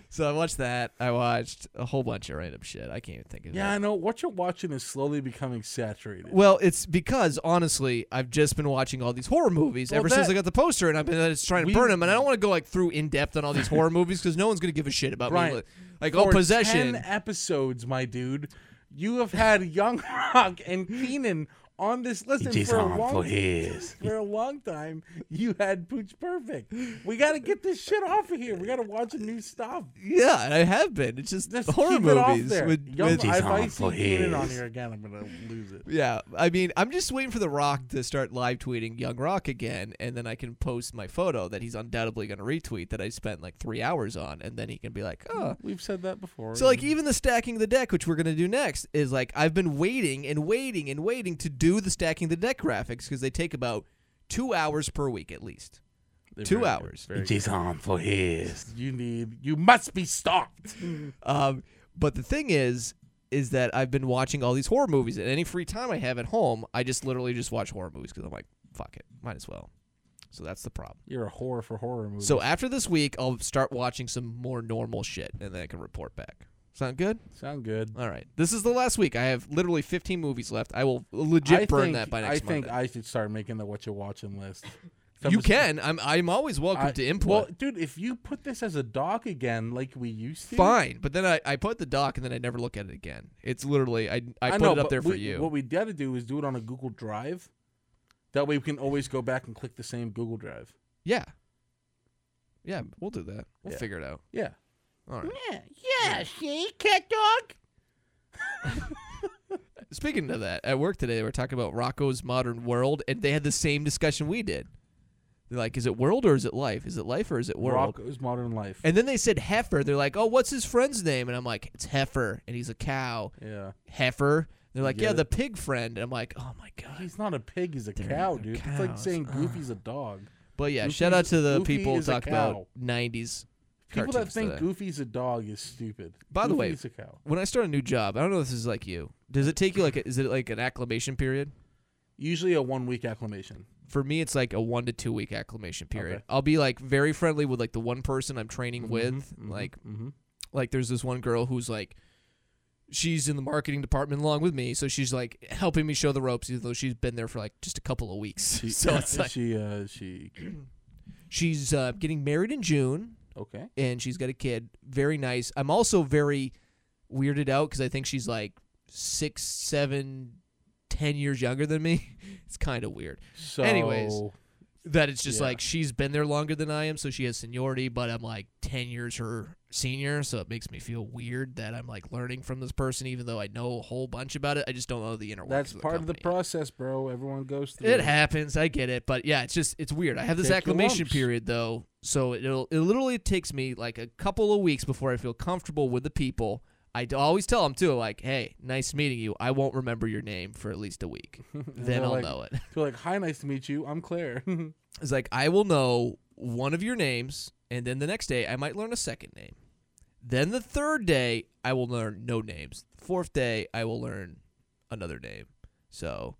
so I watched that. I watched a whole bunch of random shit. I can't even think of Yeah, I it. know. What you're watching is slowly becoming saturated. Well, it's because honestly, I've just been watching all these horror movies Well, ever since that- I got the poster, and I've been just trying to We- burn them. And I don't want to go like through in depth on all these horror movies because no one's gonna give a shit about Brian, me. Like, oh, For possession. Ten episodes, my dude. You have had Young Rock and Keenan on this list and for a long [LAUGHS] for a long time you had Pooch Perfect. We gotta get this shit off of here. We gotta watch a new stuff. Yeah, I have been. It's just Just horror keep it off movies. there. With, Young- with- if I see Keenan on here again, I'm gonna lose it. yeah, I mean, I'm just waiting for The Rock to start live tweeting Young Rock again, and then I can post my photo that he's undoubtedly going to retweet that I spent like three hours on, and then he can be like, oh. We've said that before. So like even the stacking the deck, which we're gonna do next, is like I've been waiting and waiting and waiting to do the stacking the deck graphics because they take about two hours per week at least. They're two very good, hours. very good. You need you must be stalked. Um, but the thing is, is that I've been watching all these horror movies, and any free time I have at home, I just literally just watch horror movies because I'm like, fuck it, might as well. So that's the problem. You're a whore for horror movies. So after this week, I'll start watching some more normal shit, and then I can report back. Sound good? sound good. All right. This is the last week. I have literally 15 movies left. I will legit I burn think, that by I next think Monday. I should start making the what you're watching list. [LAUGHS] you Some- can. I'm I'm always welcome I- to input. Well, dude, if you put this as a dog again, like we used to, Fine, but then I, I put the doc and then I never look at it again. It's literally I I, put know, it up but there for we- you. What we gotta do is do it on a Google Drive. That way we can always go back and click the same Google Drive. Yeah. Yeah, we'll do that. We'll Yeah. figure it out. Yeah. All right. Yeah, yeah, see, cat dog? Speaking of that, at work today, they were talking about Rocco's Modern World, and they had the same discussion we did. They're like, is it world or is it life? Is it life or is it world? Rocco's Modern Life. And then they said heifer. They're like, oh, what's his friend's name? And I'm like, it's heifer, and he's a cow. yeah. Heifer. They're like, get yeah, it? the pig friend. And I'm like, oh my god. He's not a pig, he's a They're cow, no dude. It's like cows. saying Ugh. Goofy's a dog. But yeah, Goofy shout out is- to the Goofy people who is a talk about cow. 90s. People that cartoons think today. Goofy's a dog is stupid. By the way- Goofy's a cow. When I start a new job, I don't know if this is like you. Does it take you like? A, is it like an acclimation period? Usually a one week acclamation. for me it's like a one to two week acclimation period Okay. Mm-hmm, i'll be like very friendly with like the one person i'm training with like [LAUGHS] hmm like there's this one girl who's like she's in the marketing department along with me so she's like helping me show the ropes even though she's been there for like just a couple of weeks [LAUGHS] so [LAUGHS] it's like she uh she she's uh, getting married in june okay. and she's got a kid very nice i'm also very weirded out because i think she's like six seven ten years younger than me [LAUGHS] it's kind of weird So Anyways. that it's just Yeah. like she's been there longer than I am, so she has seniority, but I'm like 10 years her senior, so it makes me feel weird that I'm like learning from this person, even though I know a whole bunch about it. I just don't know the inner workings that's part of the company. process, bro. Everyone goes through It happens, I get it, but yeah, it's just it's weird. I have this Take your acclimation lumps. period though, so it'll it literally takes me like a couple of weeks before I feel comfortable with the people. I d- always tell them too, like, "Hey, nice meeting you. I won't remember your name for at least a week. then [LAUGHS] they're I'll like, know it." [LAUGHS] They're like, "Hi, nice to meet you. I'm Claire." It's like I will know one of your names, and then the next day I might learn a second name. Then the third day I will learn no names. Fourth day I will learn another name. So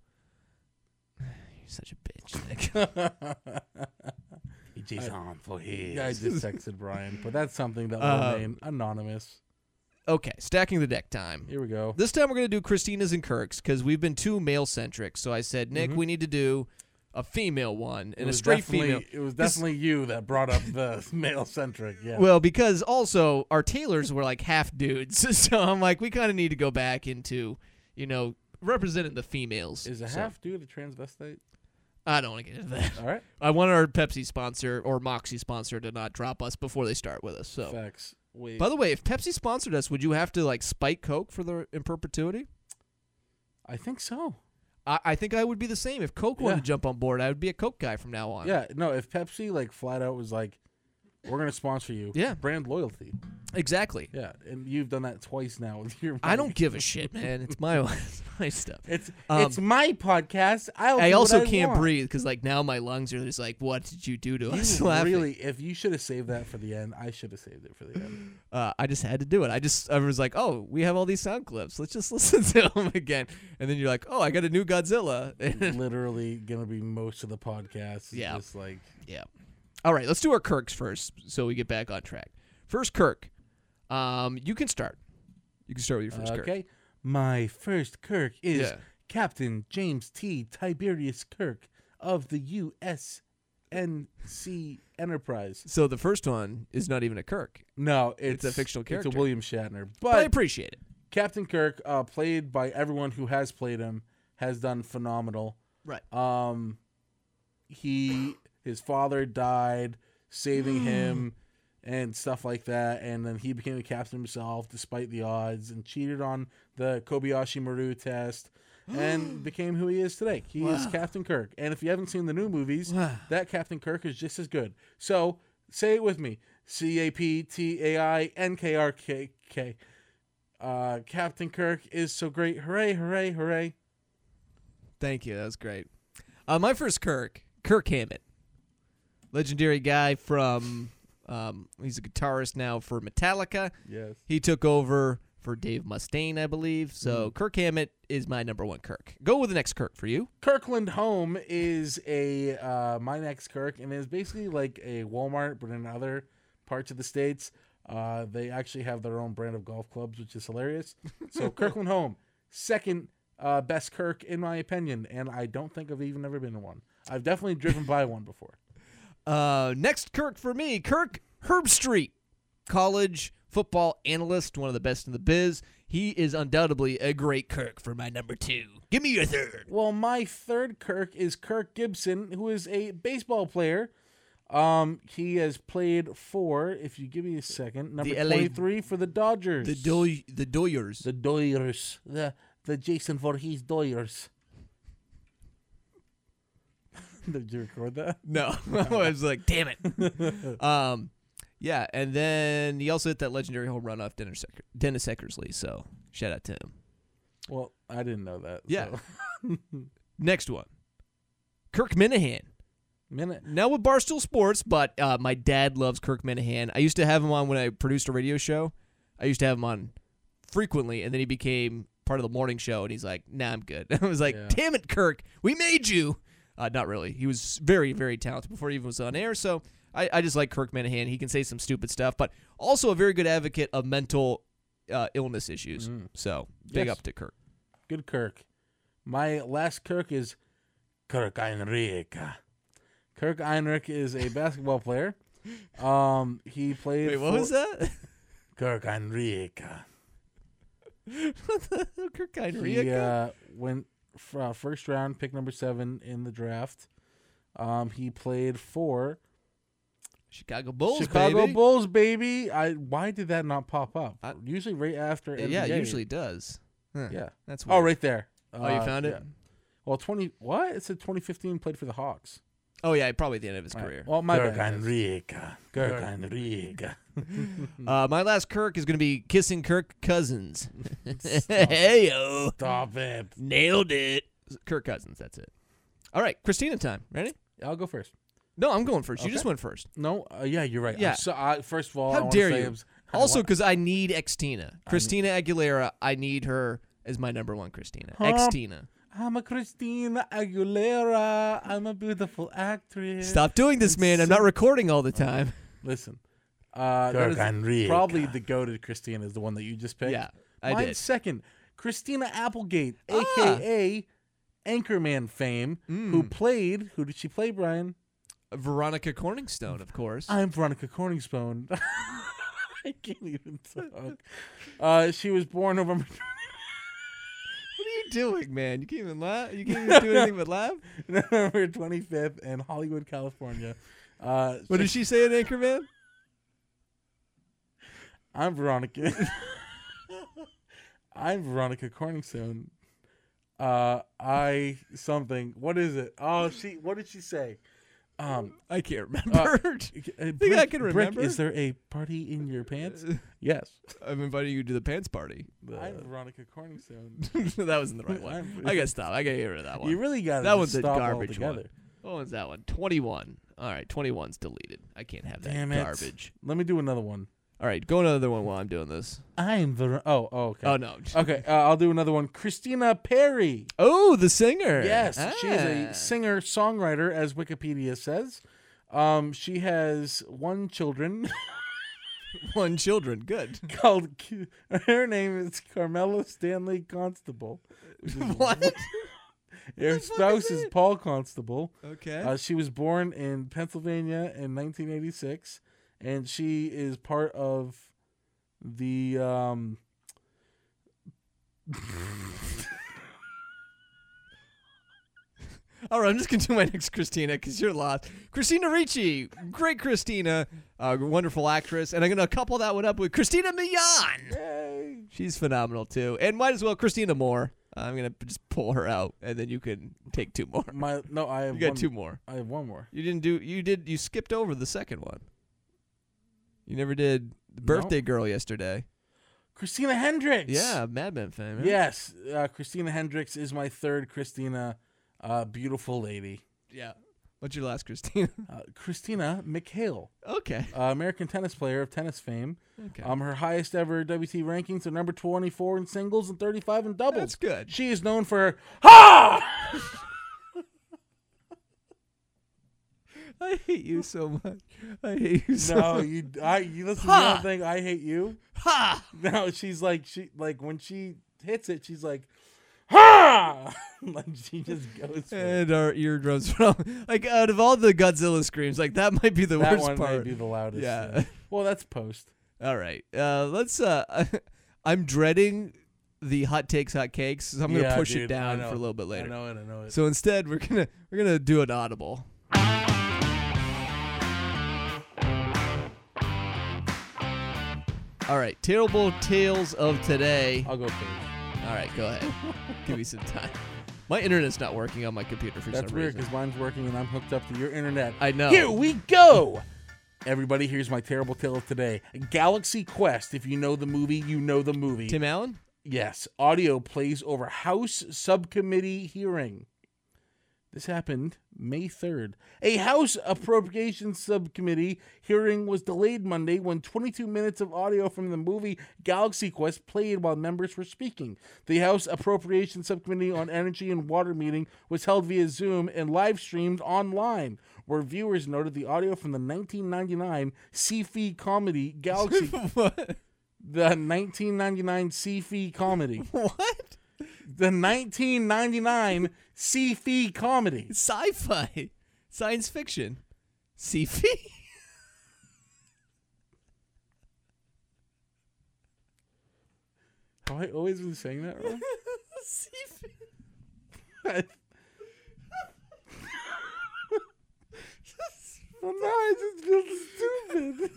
[SIGHS] you're such a bitch, Nick. yeah, I just texted Brian, but that's something that [LAUGHS] will Uh, remain anonymous. okay, stacking the deck time. Here we go. This time we're gonna do Christina's and Kirk's because we've been too male centric. So I said, Nick, we need to do a female one Mm-hmm. It and a was straight definitely- female. It was definitely you that brought up the [LAUGHS] male centric. Yeah. Well, because also our tailors were like half dudes, [LAUGHS] so I'm like, we kind of need to go back into, you know, representing the females. is a So, half dude a transvestite? I don't want to get into that. [LAUGHS] All right. I want our Pepsi sponsor or Moxie sponsor to not drop us before they start with us. So, Facts. Wait. by the way, if Pepsi sponsored us, would you have to like spike Coke for the in perpetuity? I think so. I, I think I would be the same. If Coke wanted Yeah. to jump on board, I would be a Coke guy from now on. Yeah. No, if Pepsi like flat out was like, "We're gonna sponsor you." Yeah. Brand loyalty. exactly. Yeah, and you've done that twice now with your. I don't money. give a shit, man. It's my [LAUGHS] it's my stuff. [LAUGHS] It's Um, it's my podcast. I'll I do what also can't want. breathe [LAUGHS] because like now my lungs are just like, what did you do to us? You [LAUGHS] Laughing. really, if you should have saved that for the end, I should have saved it for the [LAUGHS] end. uh, I just had to do it. I just I was like, oh, we have all these sound clips. Let's just [LAUGHS] listen to them again. And then you're like, oh, I got a new Godzilla. [LAUGHS] Mm-hmm. Literally gonna be most of the podcast. Is Yeah. just like yeah. All right, let's do our Kirks first, so we get back on track. First Kirk, um, you can start. You can start with your first Kirk. okay. My first Kirk is Yeah. Captain James T. Tiberius Kirk of the USNC Enterprise. So the first one is not even a Kirk, No, it's, a fictional character. It's a William Shatner, but I but appreciate it. Captain Kirk, uh, played by everyone who has played him, has done phenomenal. Right. Um, he his father died saving him and stuff like that, and then he became a captain himself despite the odds and cheated on the Kobayashi Maru test. And became who he is today. He is Captain Kirk. And if you haven't seen the new movies, that Captain Kirk is just as good. So say it with me: C A P T A I N K R K K. Uh, Captain Kirk is so great! Hooray! Hooray! Hooray! Thank you. That was great. Uh, my first Kirk, Kirk Hammett, legendary guy from. Um, he's a guitarist now for Metallica. Yes. He took over for Dave Mustaine, I believe. So Kirk Hammett is my number one Kirk. Go with the next Kirk for you. Kirkland Home is a uh, my next Kirk, and it's basically like a Walmart, but in other parts of the states, uh, they actually have their own brand of golf clubs, which is hilarious. So [LAUGHS] Kirkland Home, second uh, best Kirk in my opinion, and I don't think I've even ever been to one. I've definitely driven by one before. Uh, next Kirk for me, Kirk Herbstreet, college football analyst, one of the best in the biz. He is undoubtedly a great Kirk for my number two. Give me your third. Well, my third Kirk is Kirk Gibson, who is a baseball player. Um, he has played for, if you give me a second, number LA 23 for the Dodgers. The Doy- the Doyers. The Doyers. The the Jason [LAUGHS] Voorhees Doyers. Did you record that? No, [LAUGHS] I was like, damn it. [LAUGHS] um, yeah, and then he also hit that legendary home run off Dennis, Ecker- Dennis Eckersley. So shout out to him. Well, I didn't know that. Yeah. so. Next one, Kirk Minahan. [LAUGHS] Minute. Now with Barstool Sports, but uh, my dad loves Kirk Minahan. I used to have him on when I produced a radio show. I used to have him on frequently, and then he became part of the morning show. And he's like, "Nah, I'm good." [LAUGHS] I was like, Yeah. "Damn it, Kirk, we made you." Uh, not really. He was very, very talented before he even was on air. So I, I just like Kirk Minahan. He can say some stupid stuff, but also a very good advocate of mental uh, illness issues. So big Mm-hmm. Yes. up to Kirk. Good Kirk. My last Kirk is Kirk Heinrich. Kirk Heinrich is a basketball player. Um, he played. Wait, what for- was that? [LAUGHS] Kirk Heinrich. Kirk Heinrich. He uh, went f- uh, first round, pick number seven in the draft. Um, he played for Chicago Bulls, Chicago baby. Bulls, baby. I why did that not pop up? I- usually right after. yeah, NBA. usually does. Huh. Yeah. That's Oh, weird. right there. Oh, you Uh, found it? yeah. Well, twenty. What? It said twenty fifteen. Played for the Hawks. Oh, yeah, probably at the end of his career. Well, my Kirk bad. Enrica. Kirk Heinrich. Uh, my last Kirk is going to be kissing Kirk [LAUGHS] Cousins. hey, yo. Stop it. Nailed it. Kirk Cousins, that's it. All right, Christina time. Ready? I'll go first. No, I'm going first. You just Okay. went first. No. Uh, yeah, you're right. I'm Yeah. So, I, first of all, I How wanna dare say you? I'm s- I Also, wa- because I need Xtina. Christina Aguilera, I need her as my number one Christina. Huh? Xtina. I'm a Christina Aguilera. I'm a beautiful actress. Stop doing this, man. I'm not recording all the time. Listen. Uh, that Kirk is Henrique. probably the goaded Christina is the one that you just picked. Yeah, I Mine's did. second, Christina Applegate, Ah. aka Anchorman fame, who Mm. played. Who did she play, Brian? Veronica Corningstone, of course. I'm Veronica Corningspone. [LAUGHS] I can't even talk. Uh, she was born November. [LAUGHS] What are you doing, man? You can't even laugh. You can't [LAUGHS] even do anything but laugh. November 25th in Hollywood, California. Uh, What did she say in Anchorman? I'm Veronica. [LAUGHS] I'm Veronica Corningstone. Uh, I something. What is it? Oh, she. What did she say? Um, I can't remember. [LAUGHS] I think I can remember. is there a party in [LAUGHS] your pants? Yes. Uh, I'm inviting you to the pants party. I'm Veronica Corningstone. [LAUGHS] that wasn't the right one. I'm- I gotta stop. I gotta get rid of that one. [LAUGHS] You really got that one's a stop garbage one. altogether. What was that one? 21. All right, 21's deleted. I can't have that Damn it. garbage. Let me do another one. All right, go another one while I'm doing this. I'm Ver. Oh, oh, okay. Oh no. Okay, uh, I'll do another one. Christina Perry. Oh, the singer. Yes, she is Ah. a singer songwriter, as Wikipedia says. Um, she has one children [LAUGHS] One children. Good. called. Q- Her name is Carmela Stanley Constable. which is- [LAUGHS] [LAUGHS] what? Her fuck spouse is is it? Paul Constable. Okay. Uh, she was born in Pennsylvania in 1986, and she is part of the. Um, All right, I'm just gonna do my next Christina because you're lost. Christina Ricci, great Christina, uh, wonderful actress, and I'm gonna couple that one up with Christina Milian. She's phenomenal too, and might as well Christina Moore. I'm gonna p- just pull her out, and then you can take two more. My no, I have You got one, two more. I have one more. You didn't do. You did. You skipped over the second one. You never did the birthday girl yesterday. Christina Hendricks. Yeah, Mad Men fame. right? Yes, uh, Christina Hendricks is my third Christina, uh, beautiful lady. Yeah. What's your last, Christina? [LAUGHS] Uh, Christina McHale, okay. uh, American tennis player of tennis fame. Okay. Um, her highest ever WT rankings are number 24 in singles and 35 in doubles. That's good. She is known for her ha. I hate you so much. I hate you so No, much. you, I, you listen to Ha! the thing. I hate you. Ha! No, she's like she like when she hits it, she's like ha. [LAUGHS] like she just goes. For it. And our eardrums [LAUGHS] from like out of all the Godzilla screams, like that might be the That worst one part. may be the loudest. Yeah. yeah. Well, that's post. [LAUGHS] All right. Uh, let's. Uh, [LAUGHS] I'm dreading the hot takes, hot cakes. So I'm gonna Yeah, push it dude, I down know. for a little bit later. I know it. I know it. So instead, we're gonna we're gonna do an audible. All right, terrible tales of today. I'll go first. All right, go ahead. Give me some time. My internet's not working on my computer for That's some weird reason. because mine's working and I'm hooked up to your internet. I know. Here we go. Everybody, here's my terrible tale of today. Galaxy Quest. If you know the movie, you know the movie. Tim Allen. Yes, audio plays over House subcommittee hearing. This happened May 3rd. A House Appropriations Subcommittee hearing was delayed Monday when 22 minutes of audio from the movie Galaxy Quest played while members were speaking. The House Appropriations Subcommittee on Energy and Water meeting was held via Zoom and live streamed online, where viewers noted the audio from the 1999 sci-fi comedy Galaxy [LAUGHS] what? the 1999 sci-fi comedy. What? The 1999 sci-fi E comedy. Sci-fi, science fiction, E. sci-fi. [LAUGHS] Have I always been saying that wrong? E. Sci-fi. well, now I just feel stupid.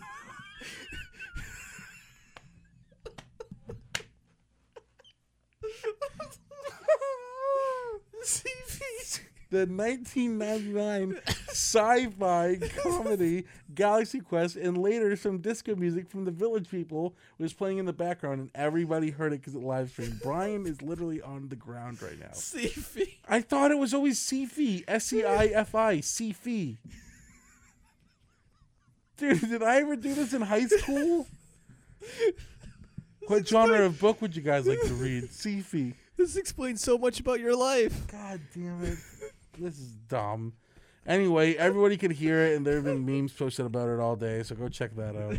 The 1999 sci-fi comedy Galaxy Quest, and later some disco music from the Village People was playing in the background, and everybody heard it because it live streamed. Brian is literally on the ground right now. Sci-fi. I thought it was always Cefi. S E I F I. Cefi. Dude, did I ever do this in [LAUGHS] high school? What genre of book would you guys like [LAUGHS] to read? Cefi. This explains so much about your life. God damn it. This is dumb. Anyway, everybody could hear it, and there have been memes posted about it all day, so go check that out.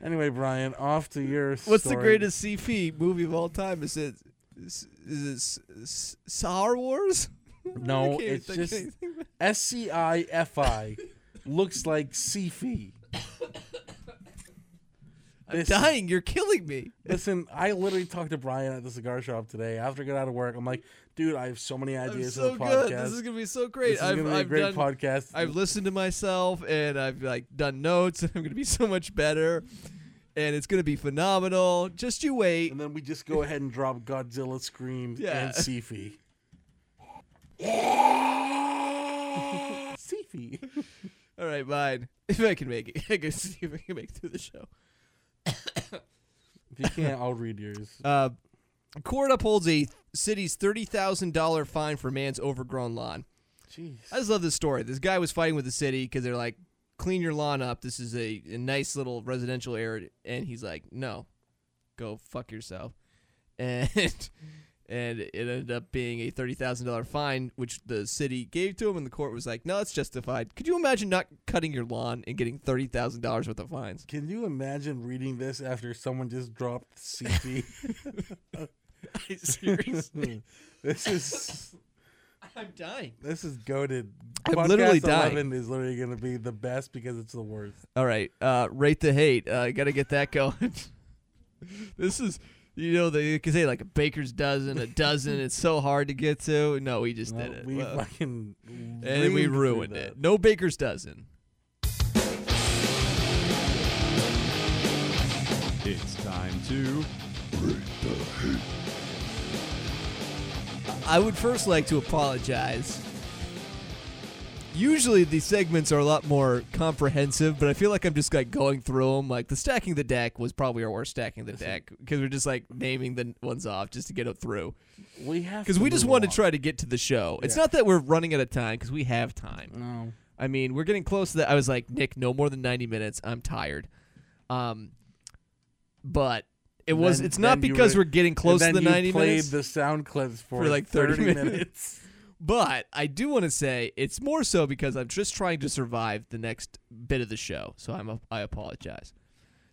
Anyway, Brian, off to your What's the story. greatest sci-fi movie of all time? Is it is is it S- S- Star Wars? [LAUGHS] I No, can't it's think of just anything. S C I F I looks like E. Cefi. I'm this- dying. You're killing me. Listen, I literally talked to Brian at the cigar shop today after I got out of work. I'm like, dude, I have so many I'm ideas so for the podcast. good. This is gonna be so great. This is I've, gonna be a I've great done. podcast. I've listened to myself and I've like done notes [LAUGHS] and I'm gonna be so much better, and it's gonna be phenomenal. Just you wait. and then we just go ahead and drop Godzilla Scream Yeah. and Sifi. Sifi. All right, mine. [LAUGHS] If I can make it, I can see [LAUGHS] if I can make it through the show. If you can't, I'll read yours. Uh, court upholds a city's thirty thousand dollar fine for man's overgrown lawn. Jeez. I just love this story. This guy was fighting with the city because they're like, "Clean your lawn up. This is a, a nice little residential area," and he's like, "No, go fuck yourself." [LAUGHS] And and it ended up being a thirty thousand dollar fine, which the city gave to him, and the court was like, "No, it's justified." Could you imagine not cutting your lawn and getting thirty thousand dollars worth of fines? Can you imagine reading this after someone just dropped [LAUGHS] [LAUGHS] Sifi? Seriously, [LAUGHS] this is I'm dying. this is goaded. I'm literally dying. 11 is literally going to be the best because it's the worst. [LAUGHS] All right, uh, rate the hate. Uh, gotta get that going. this is You know, they could say like a baker's dozen, a dozen. It's so hard to get to. No, we just No, did it. Uh, we Well, fucking and we reamed through ruined that. it. No baker's dozen. It's time to. I would first like to apologize. Usually these segments are a lot more comprehensive, but I feel like I'm just like going through them. Like the stacking the deck was probably our worst stacking the deck because we're just like naming the ones off just to get it through. We have Because to we just move want to on. try to get to the show. It's Yeah. not that we're running out of time because we have time. No. I mean, we're getting close to that. I was like, Nick, no more than 90 minutes. I'm tired. Um, but it And was. then- it's not then you because were- we're getting close to and the then you 90 played minutes. the sound clips for, [LAUGHS] for, like, 30 minutes. minutes. But I do want to say it's more so because I'm just trying to survive the next bit of the show. So I'm a, I apologize.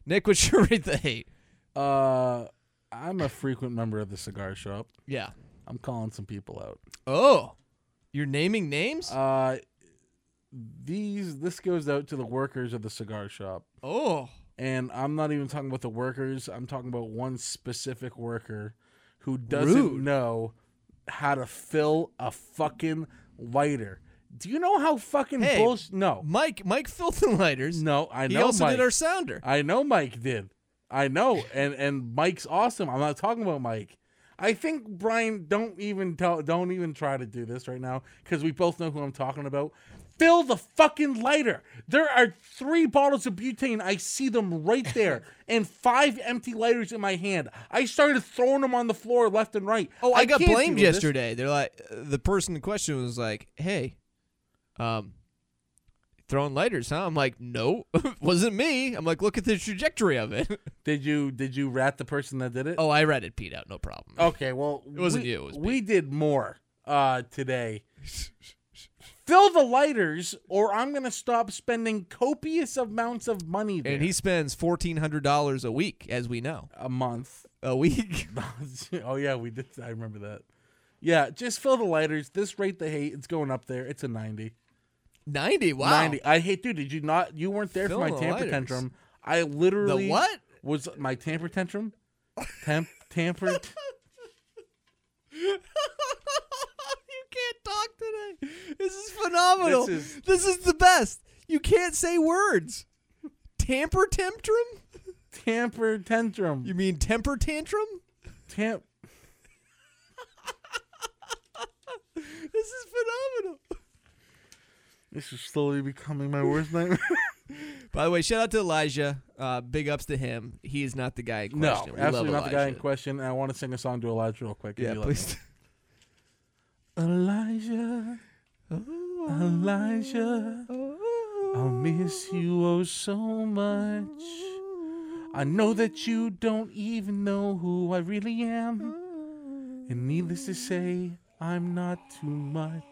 Nick, what's [LAUGHS] your rate the hate? Uh, I'm a frequent member of the cigar shop. Yeah. I'm calling some people out. Oh, you're naming names? Uh, these this goes out to the workers of the cigar shop, oh, and I'm not even talking about the workers. I'm talking about one specific worker who doesn't Rude. know how to fill a fucking lighter. Do you know how fucking Hey, bullshit? No, Mike, Mike Filthenlighters. no, I know. he also Mike. did our sounder. I know Mike did. I know, and and Mike's awesome. I'm not talking about Mike. I think Brian, don't even tell, don't even try to do this right now because we both know who I'm talking about. Fill the fucking lighter. There are three bottles of butane. I see them right [LAUGHS] there, and five empty lighters in my hand. I started throwing them on the floor left and right. Oh, I, got can't do blamed this. yesterday. They're like, uh, the person in question was like, "Hey, um, throwing lighters, huh?" I'm like, "No, [LAUGHS] wasn't me." I'm like, "Look at the trajectory of it." [LAUGHS] Did you did you rat the person that did it? oh, I read it, Pete out, no problem. Okay, well, it wasn't we, you, it was we did more uh, [LAUGHS] today. Fill the lighters, or I'm gonna stop spending copious amounts of money there And he spends fourteen hundred dollars a week, as we know, a month. [LAUGHS] a week. [LAUGHS] oh yeah, we did. I remember that. Yeah, just fill the lighters. This rate the hate, it's going up there. It's a ninety. Ninety. Wow. Ninety. I hate, dude. Did you not? You weren't there Fill for my the tamper lighters. tantrum. I literally what? was my tamper tantrum? Temp [LAUGHS] tamper. you [LAUGHS] can't talk today. This is phenomenal. This is- this is the best. You can't say words. Tamper tantrum? tamper tantrum. You mean temper tantrum? Tamp. This is phenomenal. This is slowly becoming my worst nightmare. By the way, shout out to Elijah. Uh, big ups to him. He is not the guy in No, question. We love absolutely not the guy in Elijah. question. And I want to sing a song to Elijah real quick. if Yeah, you let me. please. Elijah, Elijah, I'll miss you oh so much. I know that you don't even know who I really am. And needless to say, I'm not too much.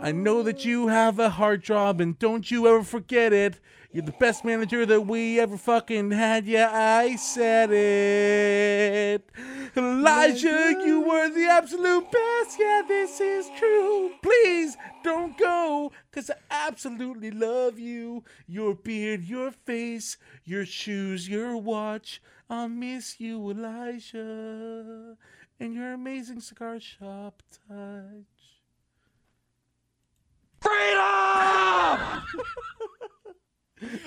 I know that you have a hard job and don't you ever forget it. You're the best manager that we ever fucking had. Yeah, I said it. Elijah, you were the absolute best. Yeah, this is true. Please don't go, because I absolutely love you. Your beard, your face, your shoes, your watch. I'll miss you, Elijah, and your amazing cigar shop touch. [LAUGHS]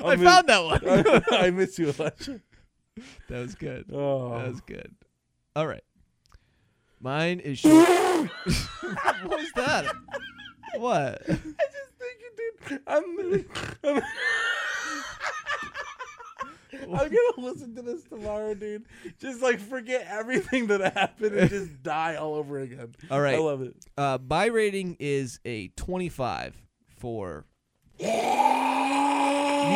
I found that one. [LAUGHS] I miss you, Elijah. that was good. Oh. That was good. All right. Um, Mine is short. [LAUGHS] what was that? What? I just think you did. I'm, literally- I'm, [LAUGHS] I'm gonna listen to this tomorrow, dude. Just like forget everything that happened [LAUGHS] and just die all over again. All right. I love it. Uh, my rating is a 25 for. You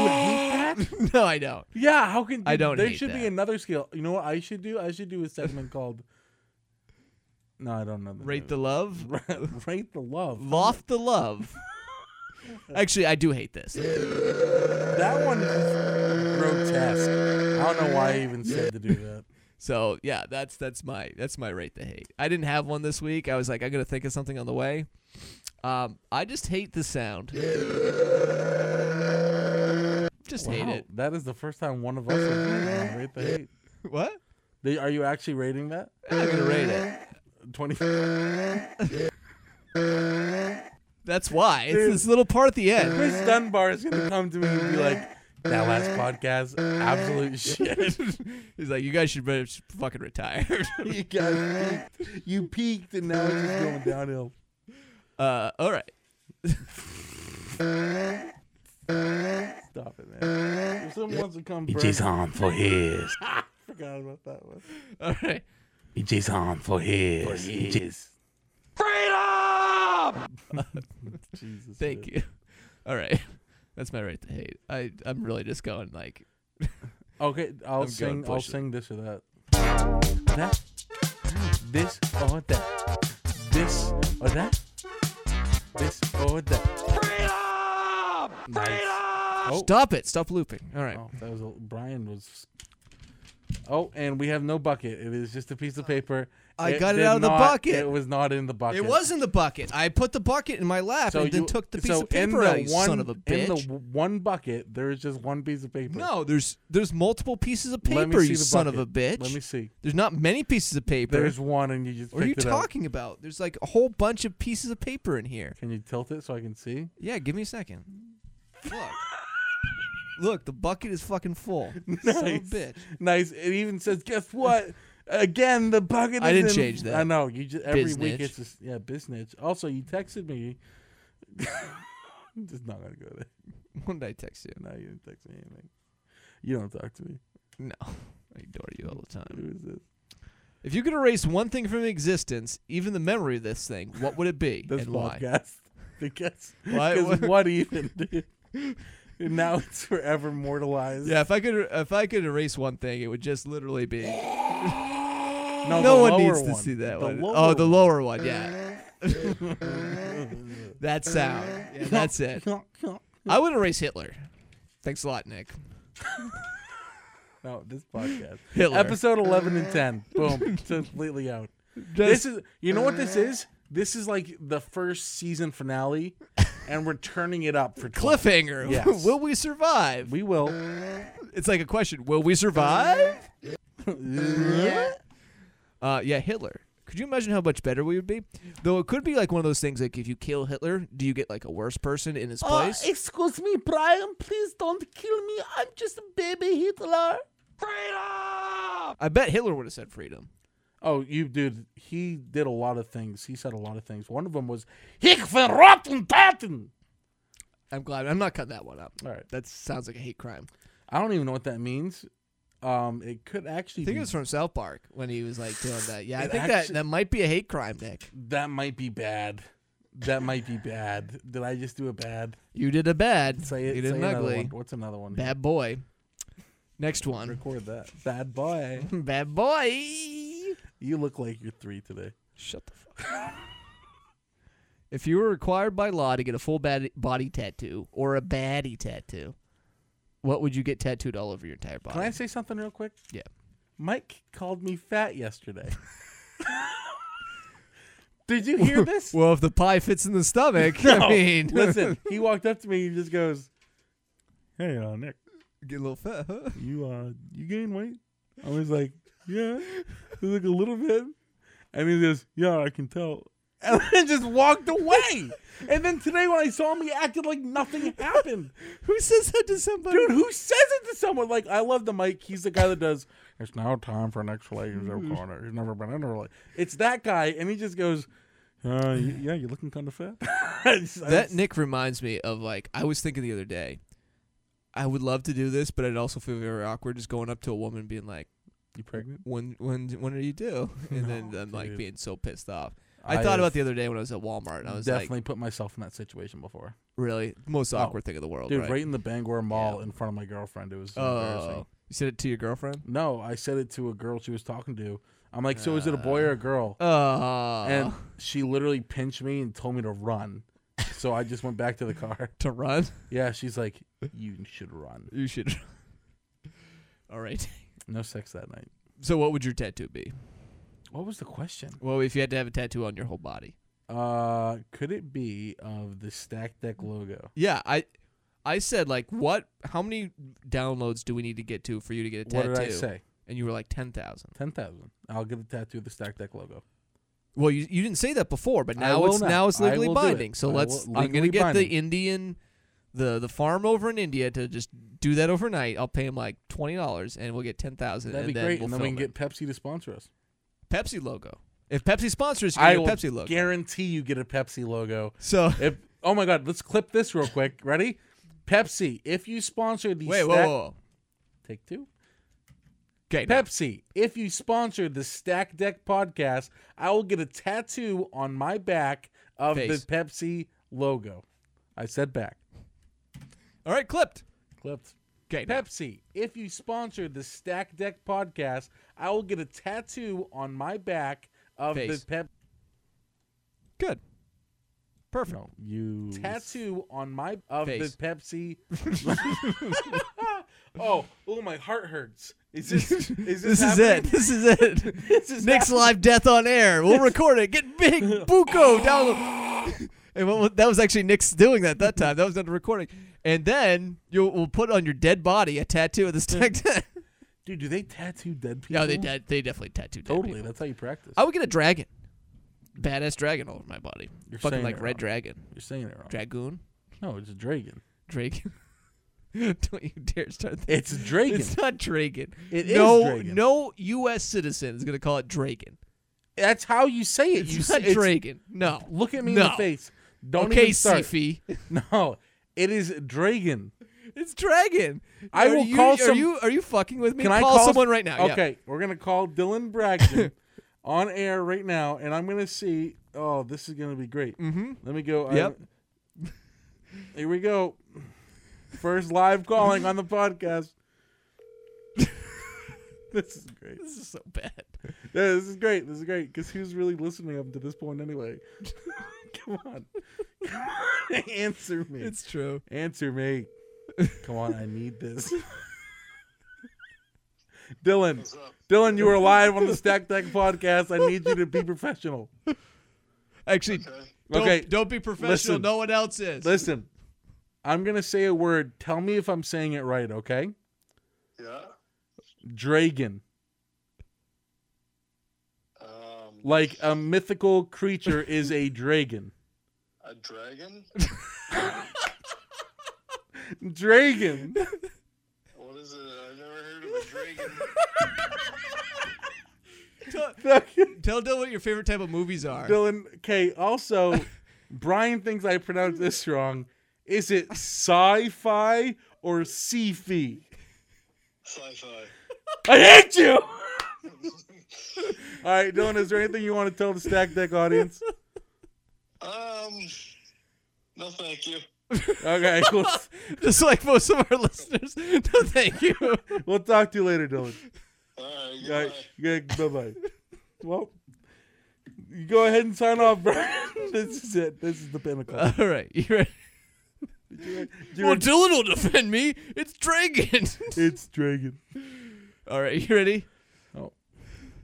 hate that? [LAUGHS] [LAUGHS] no, I don't. Yeah. How can I don't There hate should be that. another skill. You know what I should do? I should do a segment called. [LAUGHS] No, I don't know. The Rate the love. the [LAUGHS] rate the love. Loft the love. [LAUGHS] Actually, I do hate this. That one is grotesque. I don't know why I even said to do that. So yeah, that's that's my that's my rate to hate. I didn't have one this week. I was like, I'm gonna think of something on the way. Um, I just hate the [LAUGHS] sound. Just hate Wow, it. That is the first time one of us has been on rate the hate. What? They, are you actually rating that? I'm gonna rate it. Twenty. [LAUGHS] That's why it's this little part at the [LAUGHS] end. [LAUGHS] Chris Dunbar is gonna come to me and be like, "That last podcast, [LAUGHS] absolute shit. [LAUGHS] He's like, you guys should better s- fucking retire. [LAUGHS] you guys, peaked. you peaked, and now it's just going downhill." uh, all right. Stop it, man. If someone wants to come first, on for his. forgot about that one. All right. EJ's on for his. For his. Jesus. Thank you. All right. [LAUGHS] That's my right to hate. I I'm really just going like Okay, I'll I'm going sing. I'll push it. sing this or that. That. This or that. This or that. This or that. Freedom! Oh, stop it, stop looping. All right. oh, that was a, Brian was. Oh, and we have no bucket. It is just a piece of paper. I got it did out of the not- bucket. It was not in the bucket. It was in the bucket. I put the bucket in my lap and then you- took the piece so of in paper the out. You one, son of a bitch. In the w- one bucket, there is just one piece of paper. no, there's there's multiple pieces of Let me paper. see You the son of a bucket. bitch. Let me see. There's not many pieces of paper. There's one, and you just. what are you picked it up. talking about? There's like a whole bunch of pieces of paper in here. Can you tilt it so I can see? Yeah, give me a second. Look. Look, the bucket is fucking full. [LAUGHS] Son of a Nice. bitch. Nice. It even says, "Guess what? Again, the bucket." I is didn't in- change that. I know you just every Biznitch. week it's just yeah, business. Also, you texted me. [LAUGHS] I'm just not gonna go there. When did I text you? No, you didn't text me anything. You don't talk to me. No. I adore you all the time. Who is this? If you could erase one thing from existence, even the memory of this thing, what would it be [LAUGHS] This and why? podcast. Because Why- [LAUGHS] 'cause why- what even? Dude? And now it's forever mortalized. Yeah, if I could, er, if I could erase one thing, it would just literally be. No, no the one lower needs to see that The one. lower Oh, the lower one, yeah. [LAUGHS] that sound. Yeah, [LAUGHS] that's it. one. I would erase Hitler. Thanks a lot, Nick. No, this [LAUGHS] podcast. Hitler. Episode 11 and [LAUGHS] 10. Boom. Completely out. this is, you know what [LAUGHS] this is? This is like the first season finale, and we're turning it up for 12. Cliffhanger. Yes. [LAUGHS] will we survive? We will. It's like a question. Will we survive? Uh, yeah, Hitler. Could you imagine how much better we would be? Though it could be like one of those things like if you kill Hitler, do you get like a worse person in his Uh, place? excuse me, Brian. Please don't kill me. I'm just a baby Hitler. I bet Hitler would have said freedom. Oh, you dude. He did a lot of things. He said a lot of things. One of them was "Ich verrotten Taten." I'm glad. I'm not cutting that one up. All right. That sounds like a hate crime. I don't even know what that means. Um, it could actually. I think be it was from South Park when he was like doing that. Yeah, I It think that actu- that might be a hate crime, Nick. That might be bad. That might be bad. Did I just do a bad? You did a bad. Say it. you say did an another ugly. One. What's another one? Bad boy. Next one. Record that. Bad boy. Bad boy. You look like you're three today. Shut the fuck. up. if you were required by law to get a full bad body tattoo or a baddie tattoo, what would you get tattooed all over your entire body? Can I say something real quick? Yeah. Mike called me fat yesterday. [LAUGHS] Did [LAUGHS] you hear this? Well, if the pie fits in the stomach, [LAUGHS] No. I mean, listen. He walked up to me. He just goes, Hey, uh, Nick, get a little fat, huh? "You uh, you gain weight?" I was like, "Yeah." He's like a little bit, and he goes, "Yeah, I can tell." [LAUGHS] And then just walked away. and then today, when I saw him, he acted like nothing happened. Who says that to somebody? Dude, who says it to someone? Like, I love the Mike. He's the guy that does. It's now time for an explanation Mm-hmm. corner. He's never been in a relationship. It's that guy, and he just goes, uh, y- "Yeah, you're looking kind of fat." [LAUGHS] I just- I That just- Nick reminds me of like I was thinking the other day. I would love to do this, but I'd also feel very awkward just going up to a woman and being like, you pregnant? "When, when, when are you due?" And [LAUGHS] then No, them like dude. being so pissed off. Oh, I, I thought about have the other day when I was at Walmart. And I was Definitely like, put myself in that situation before, "Really, most Oh. awkward thing in the world, dude. Right, right?" in the Bangor Mall in front of my girlfriend. It was oh, embarrassing. you said it to your girlfriend. No, I said it to a girl she was talking to. I'm like, "So is it a boy or a girl?" Uh. Oh, and she literally pinched me and told me to run. so I just went back to [LAUGHS] the car. to run, Yeah, she's like, "You should run." you should. [LAUGHS] All right. No sex that night. So, what would your tattoo be? What was the question? Well, if you had to have a tattoo on your whole body, Uh, could it be of the Stack Deck logo? Yeah, I I said like what how many downloads do we need to get to for you to get a tattoo? What did I say? and you were like ten thousand. Ten thousand. I'll get a tattoo of the Stack Deck logo. Well, you, you didn't say that before, but I now will it's now. now it's I legally will do it. binding. So I let's. will- I'm gonna legally get binding. the Indian, the the farm over in India to just do that overnight. I'll pay him like twenty dollars, and we'll get ten thousand. That'd and be then great, We'll and then we film can get Pepsi to sponsor us. it. Pepsi logo. If Pepsi sponsors, you I get a will Pepsi logo. guarantee you get a Pepsi logo. so If oh my god, let's clip this real quick. Ready? Pepsi, if you sponsor the wait, whoa, Stack- whoa, whoa. take two. Okay, now. Pepsi, if you sponsor the Stack Deck podcast, I will get a tattoo on my back of Face. the Pepsi logo. I said back. all right, clipped. Clipped. Okay, now. Pepsi, if you sponsor the Stack Deck podcast, I will get a tattoo on my back of Face. the Pep good, perfect. you tattoo on my of Face. the [LAUGHS] Pepsi. [LAUGHS] oh, oh, my heart hurts. [LAUGHS] Is this is this, This is it. happening? This is it. [LAUGHS] This is Nick's live death on air. We'll record it. Get [LAUGHS] big, Buko down. [LAUGHS] And what- what- that was actually Nick's doing that that time. That was not the recording. And then you will put on your dead body a tattoo of the stack. [LAUGHS] Dude, do they tattoo dead people? no, they de- they definitely tattooed. dead Totally. people. Oh. That's how you practice. I would get a dragon, badass dragon all over my body. You're Fucking saying like it red wrong. dragon, You're saying it wrong. dragoon, no, it's a dragon. drake. [LAUGHS] Don't you dare start. That. It's a dragon. It's not dragon. It is no, dragon. no U.S. citizen is gonna call it dragon. That's how you say it. It's you not say, it's- dragon. No. Look at me no. in the face. Don't okay, even start. Sifi. [LAUGHS] No, it is dragon. It's Dragon. I Are will you- call Are some- you are you fucking with me? Can I call, call someone right now? Okay, we're gonna call [LAUGHS] Dylan Braxton on air right now, and I'm gonna see. Oh, this is gonna be great. Mm-hmm. Let me go. I- Yep. [LAUGHS] here we go. First live calling on [LAUGHS] the podcast. this is great. This is so bad. Yeah, this is great. This is great because he was really listening up to this point anyway. [LAUGHS] Come on, [LAUGHS] Come on. answer me. It's true. [LAUGHS] Answer me. Come on, I need this. [LAUGHS] Dylan, Dylan, you are live on the Stack Deck podcast. I need you to be professional. Actually, don't, Okay, don't be professional. Listen. no one else is. listen. I'm gonna say a word. Tell me if I'm saying it right, okay? Yeah. Dragon, Um, like a mythical creature, is a dragon. a dragon? [LAUGHS] Dragon. What is it? I've never heard of a Tell, dragon. tell Dylan what your favorite type of movies are. Dylan. Okay. Also, Brian thinks I pronounced this wrong. Is it sci-fi or sci-fi? Sci-fi. I hate you. [LAUGHS] All right, Dylan. Is there anything you want to tell the Stack Deck audience? Um, no, thank you. Okay, [LAUGHS] we'll, [LAUGHS] Just like most of our [LAUGHS] listeners. No, thank you. we'll talk to you later, Dylan. All right. All right, goodbye. bye bye. Well, you go ahead and sign off, Brian. [LAUGHS] this is it. This is the Uh, pinnacle. [LAUGHS] All right, you ready? You're- [LAUGHS] Well, Dylan will defend me. It's Dragon. it's Dragon. [LAUGHS] All right, you ready?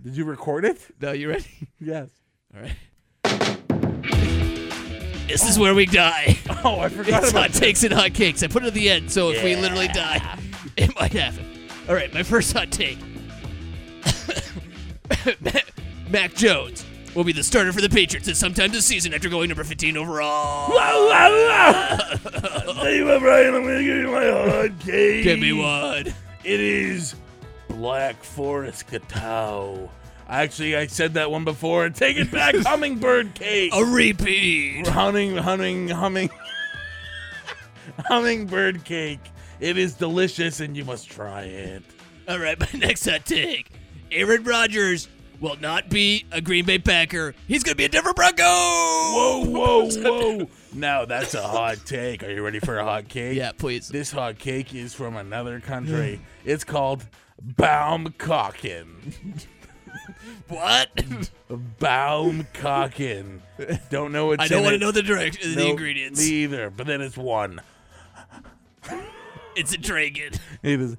Did you record it? No, you ready? Yes. All right. This is where we die. Oh, I forgot It's about hot takes and hot cakes. I put it at the end, so if we literally die, [LAUGHS] it might happen. All right, my first hot take. [COUGHS] Ma- Mac Jones will be the starter for the Patriots at some time this season after going number 15 overall. Hey, my Brian, I'm gonna give you my hard cake. Give me one. It is Black Forest Cacao. Actually, I said that one before. Take it [LAUGHS] back, hummingbird cake. A repeat. Hunting, hunting, humming. [LAUGHS] hummingbird cake. It is delicious, and you must try it. All right, my [LAUGHS] next hot take. Aaron Rodgers will not be a Green Bay Packer. He's going to be a Denver Bronco. Whoa, whoa, whoa! Now that's a hot take. Are you ready for a hot [LAUGHS] cake? Yeah, please. This hot cake is from another country. it's called Baumkocken. What? [LAUGHS] Baumkocken. Don't know what's I don't in want it. to know the direction, the No, ingredients. Me either, but then it's one. It's a dragon. [LAUGHS] It is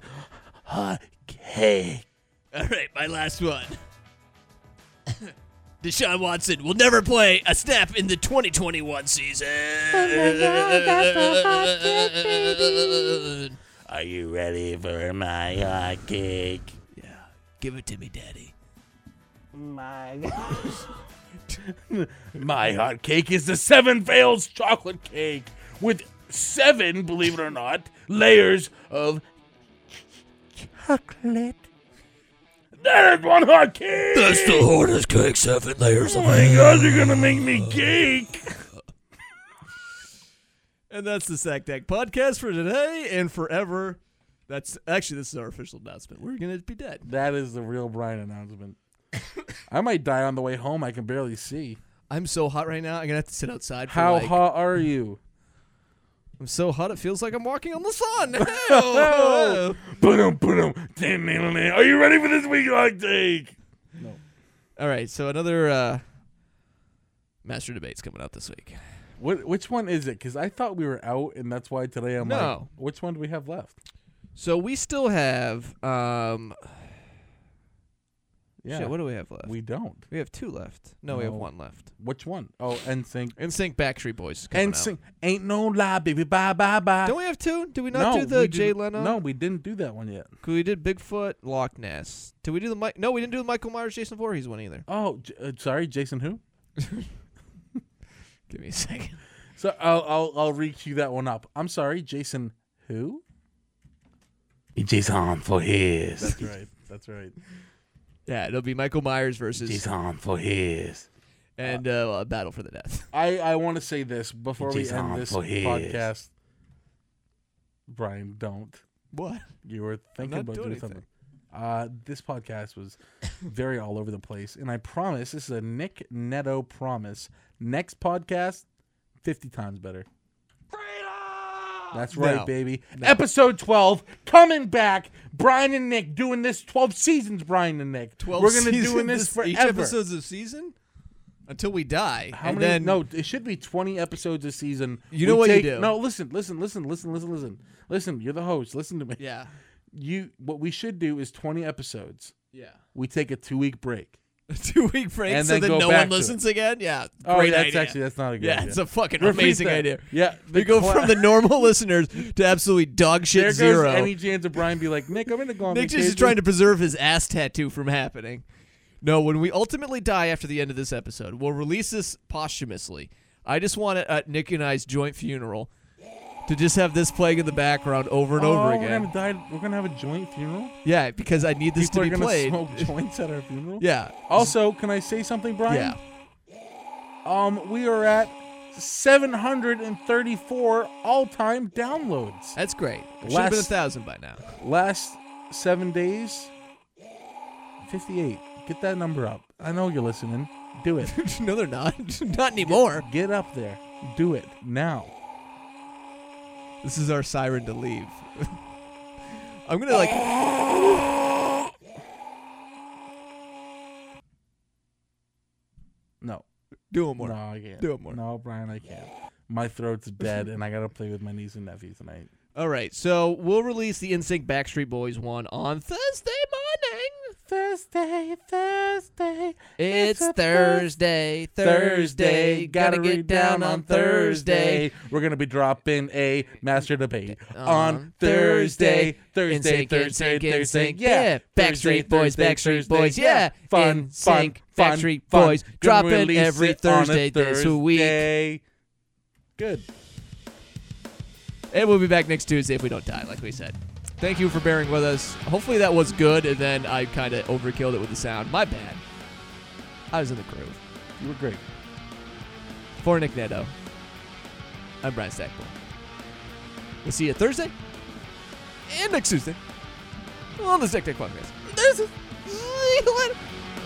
hot cake. All right, my last one. [LAUGHS] Deshaun Watson will never play a snap in the 2021 season. [LAUGHS] Are you ready for my hot cake? Yeah. Give it to me, daddy. My God. My hot cake is the Seven Veils chocolate cake with seven, believe it or not, layers of chocolate. That is one hot cake. That's the hardest cake, seven layers. Oh my God, you're gonna make me cake. And that's the Sack Deck podcast for today and forever. That's actually this is our official announcement. We're gonna be dead. That is the real Brian announcement. I might die on the way home. I can barely see. I'm so hot right now. I'm gonna have to sit outside. For How like- hot are [LAUGHS] you? I'm so hot. It feels like I'm walking on the [LAUGHS] sun. Oh. Ew. Boom, boom. Are you ready for this week hot cake? All right, so another uh, master debate's coming out this week. What? Which one is it? Because I thought we were out, and that's why today I'm No. like, which one do we have left? So we still have um, Yeah, shit. What do we have left? we don't. We have two left. No, we have No. one left. Which one? Oh, NSYNC. And Sync Backstreet Boys is coming NSYNC. Ain't no lie, baby. Bye, bye, bye. out. Don't we have two? Did we not No, do the we Jay didn't- Leno? No, we didn't do that one yet. 'Cause we did Bigfoot, Loch Ness. Did we do the Mike? No, we didn't do the Michael Myers, Jason Voorhees one either. Oh, J- uh, sorry, Jason. Who? Give me a second. So I'll I'll I'll re-cue that one up. I'm sorry, Jason. Who? Jason for his. That's right. That's right. [LAUGHS] Yeah, it'll be Michael Myers versus Jason for his. and uh, uh, Battle for the [LAUGHS] Death. I, I want to say this before we Jason end this for his. podcast. Brian, don't. What? You were thinking not about doing, doing something. Uh, this podcast was very all over the place, and I promise this is a Nick Netto promise. Next podcast, fifty times better. That's right, Uh, No. baby. Episode twelve coming back. Brian and Nick doing this twelve seasons. Brian and Nick. We're gonna doing this, forever. each episodes of season until we die. How and many? Then, no, it should be 20 episodes a season. You know what you take- do. No, listen, listen, listen, listen, listen, listen. Listen, you're the host. Listen to me. Yeah. You what we should do is 20 episodes. Yeah. We take a 2-week break. A [LAUGHS] two week break And so then that go no back one to it. listens again. Yeah. Oh, great that's idea. actually that's not a good yeah, idea. it's a fucking Repeat amazing that. idea. Yeah, We go from the normal [LAUGHS] listeners to absolutely dog shit [LAUGHS] there goes zero. any chance of Brian be like, "Nick, I'm going to go on Nick just is vacation." trying to preserve his ass tattoo from happening. No, when we ultimately die after the end of this episode, we'll release this posthumously. I just want it at Nick and I's joint funeral to just have this playing in the background over and Oh, over we're again. gonna die. We're gonna have a joint funeral. Yeah, because I need this People to be are gonna played. smoke joints at our funeral. [LAUGHS] Yeah. Also, can I say something, Brian? Yeah. Um, we are at 734 all-time downloads. That's great. It should have been a Last- thousand by now. Last seven days, 58. Get that number up. I know you're listening. [LAUGHS] Do it. no, they're not. not anymore. Get up there. Do it now. This is our siren to leave. [LAUGHS] I'm gonna like. No. Do one more. No, I can't. Do it more. No, Brian, I can't. My throat's dead, and I got to play with my niece and nephew tonight. All right, so we'll release the NSYNC Backstreet Boys one on Thursday morning. Thursday, Thursday. It's, a Thursday, Thursday. Gotta get down on Thursday. We're gonna be dropping a master debate on On Thursday, Thursday. Thursday, NSYNC, Thursday, NSYNC, Thursday. NSYNC, Yeah, yeah. Backstreet Boys, Thursday, Backstreet Thursday, Boys, yeah. Fun, fun, NSYNC, fun, Backstreet fun. Boys, Gonna dropping release every it on a Thursday this week. Thursday. Good. And we'll be back next Tuesday if we don't die, like we said. Thank you for bearing with us. Hopefully that was good, and then I kind of overkilled it with the sound. My bad. I was in the groove. You were great. For Nick Neto, I'm Brian Stackpole. We'll see you Thursday and next Tuesday on the Tech Tech Podcast. This is-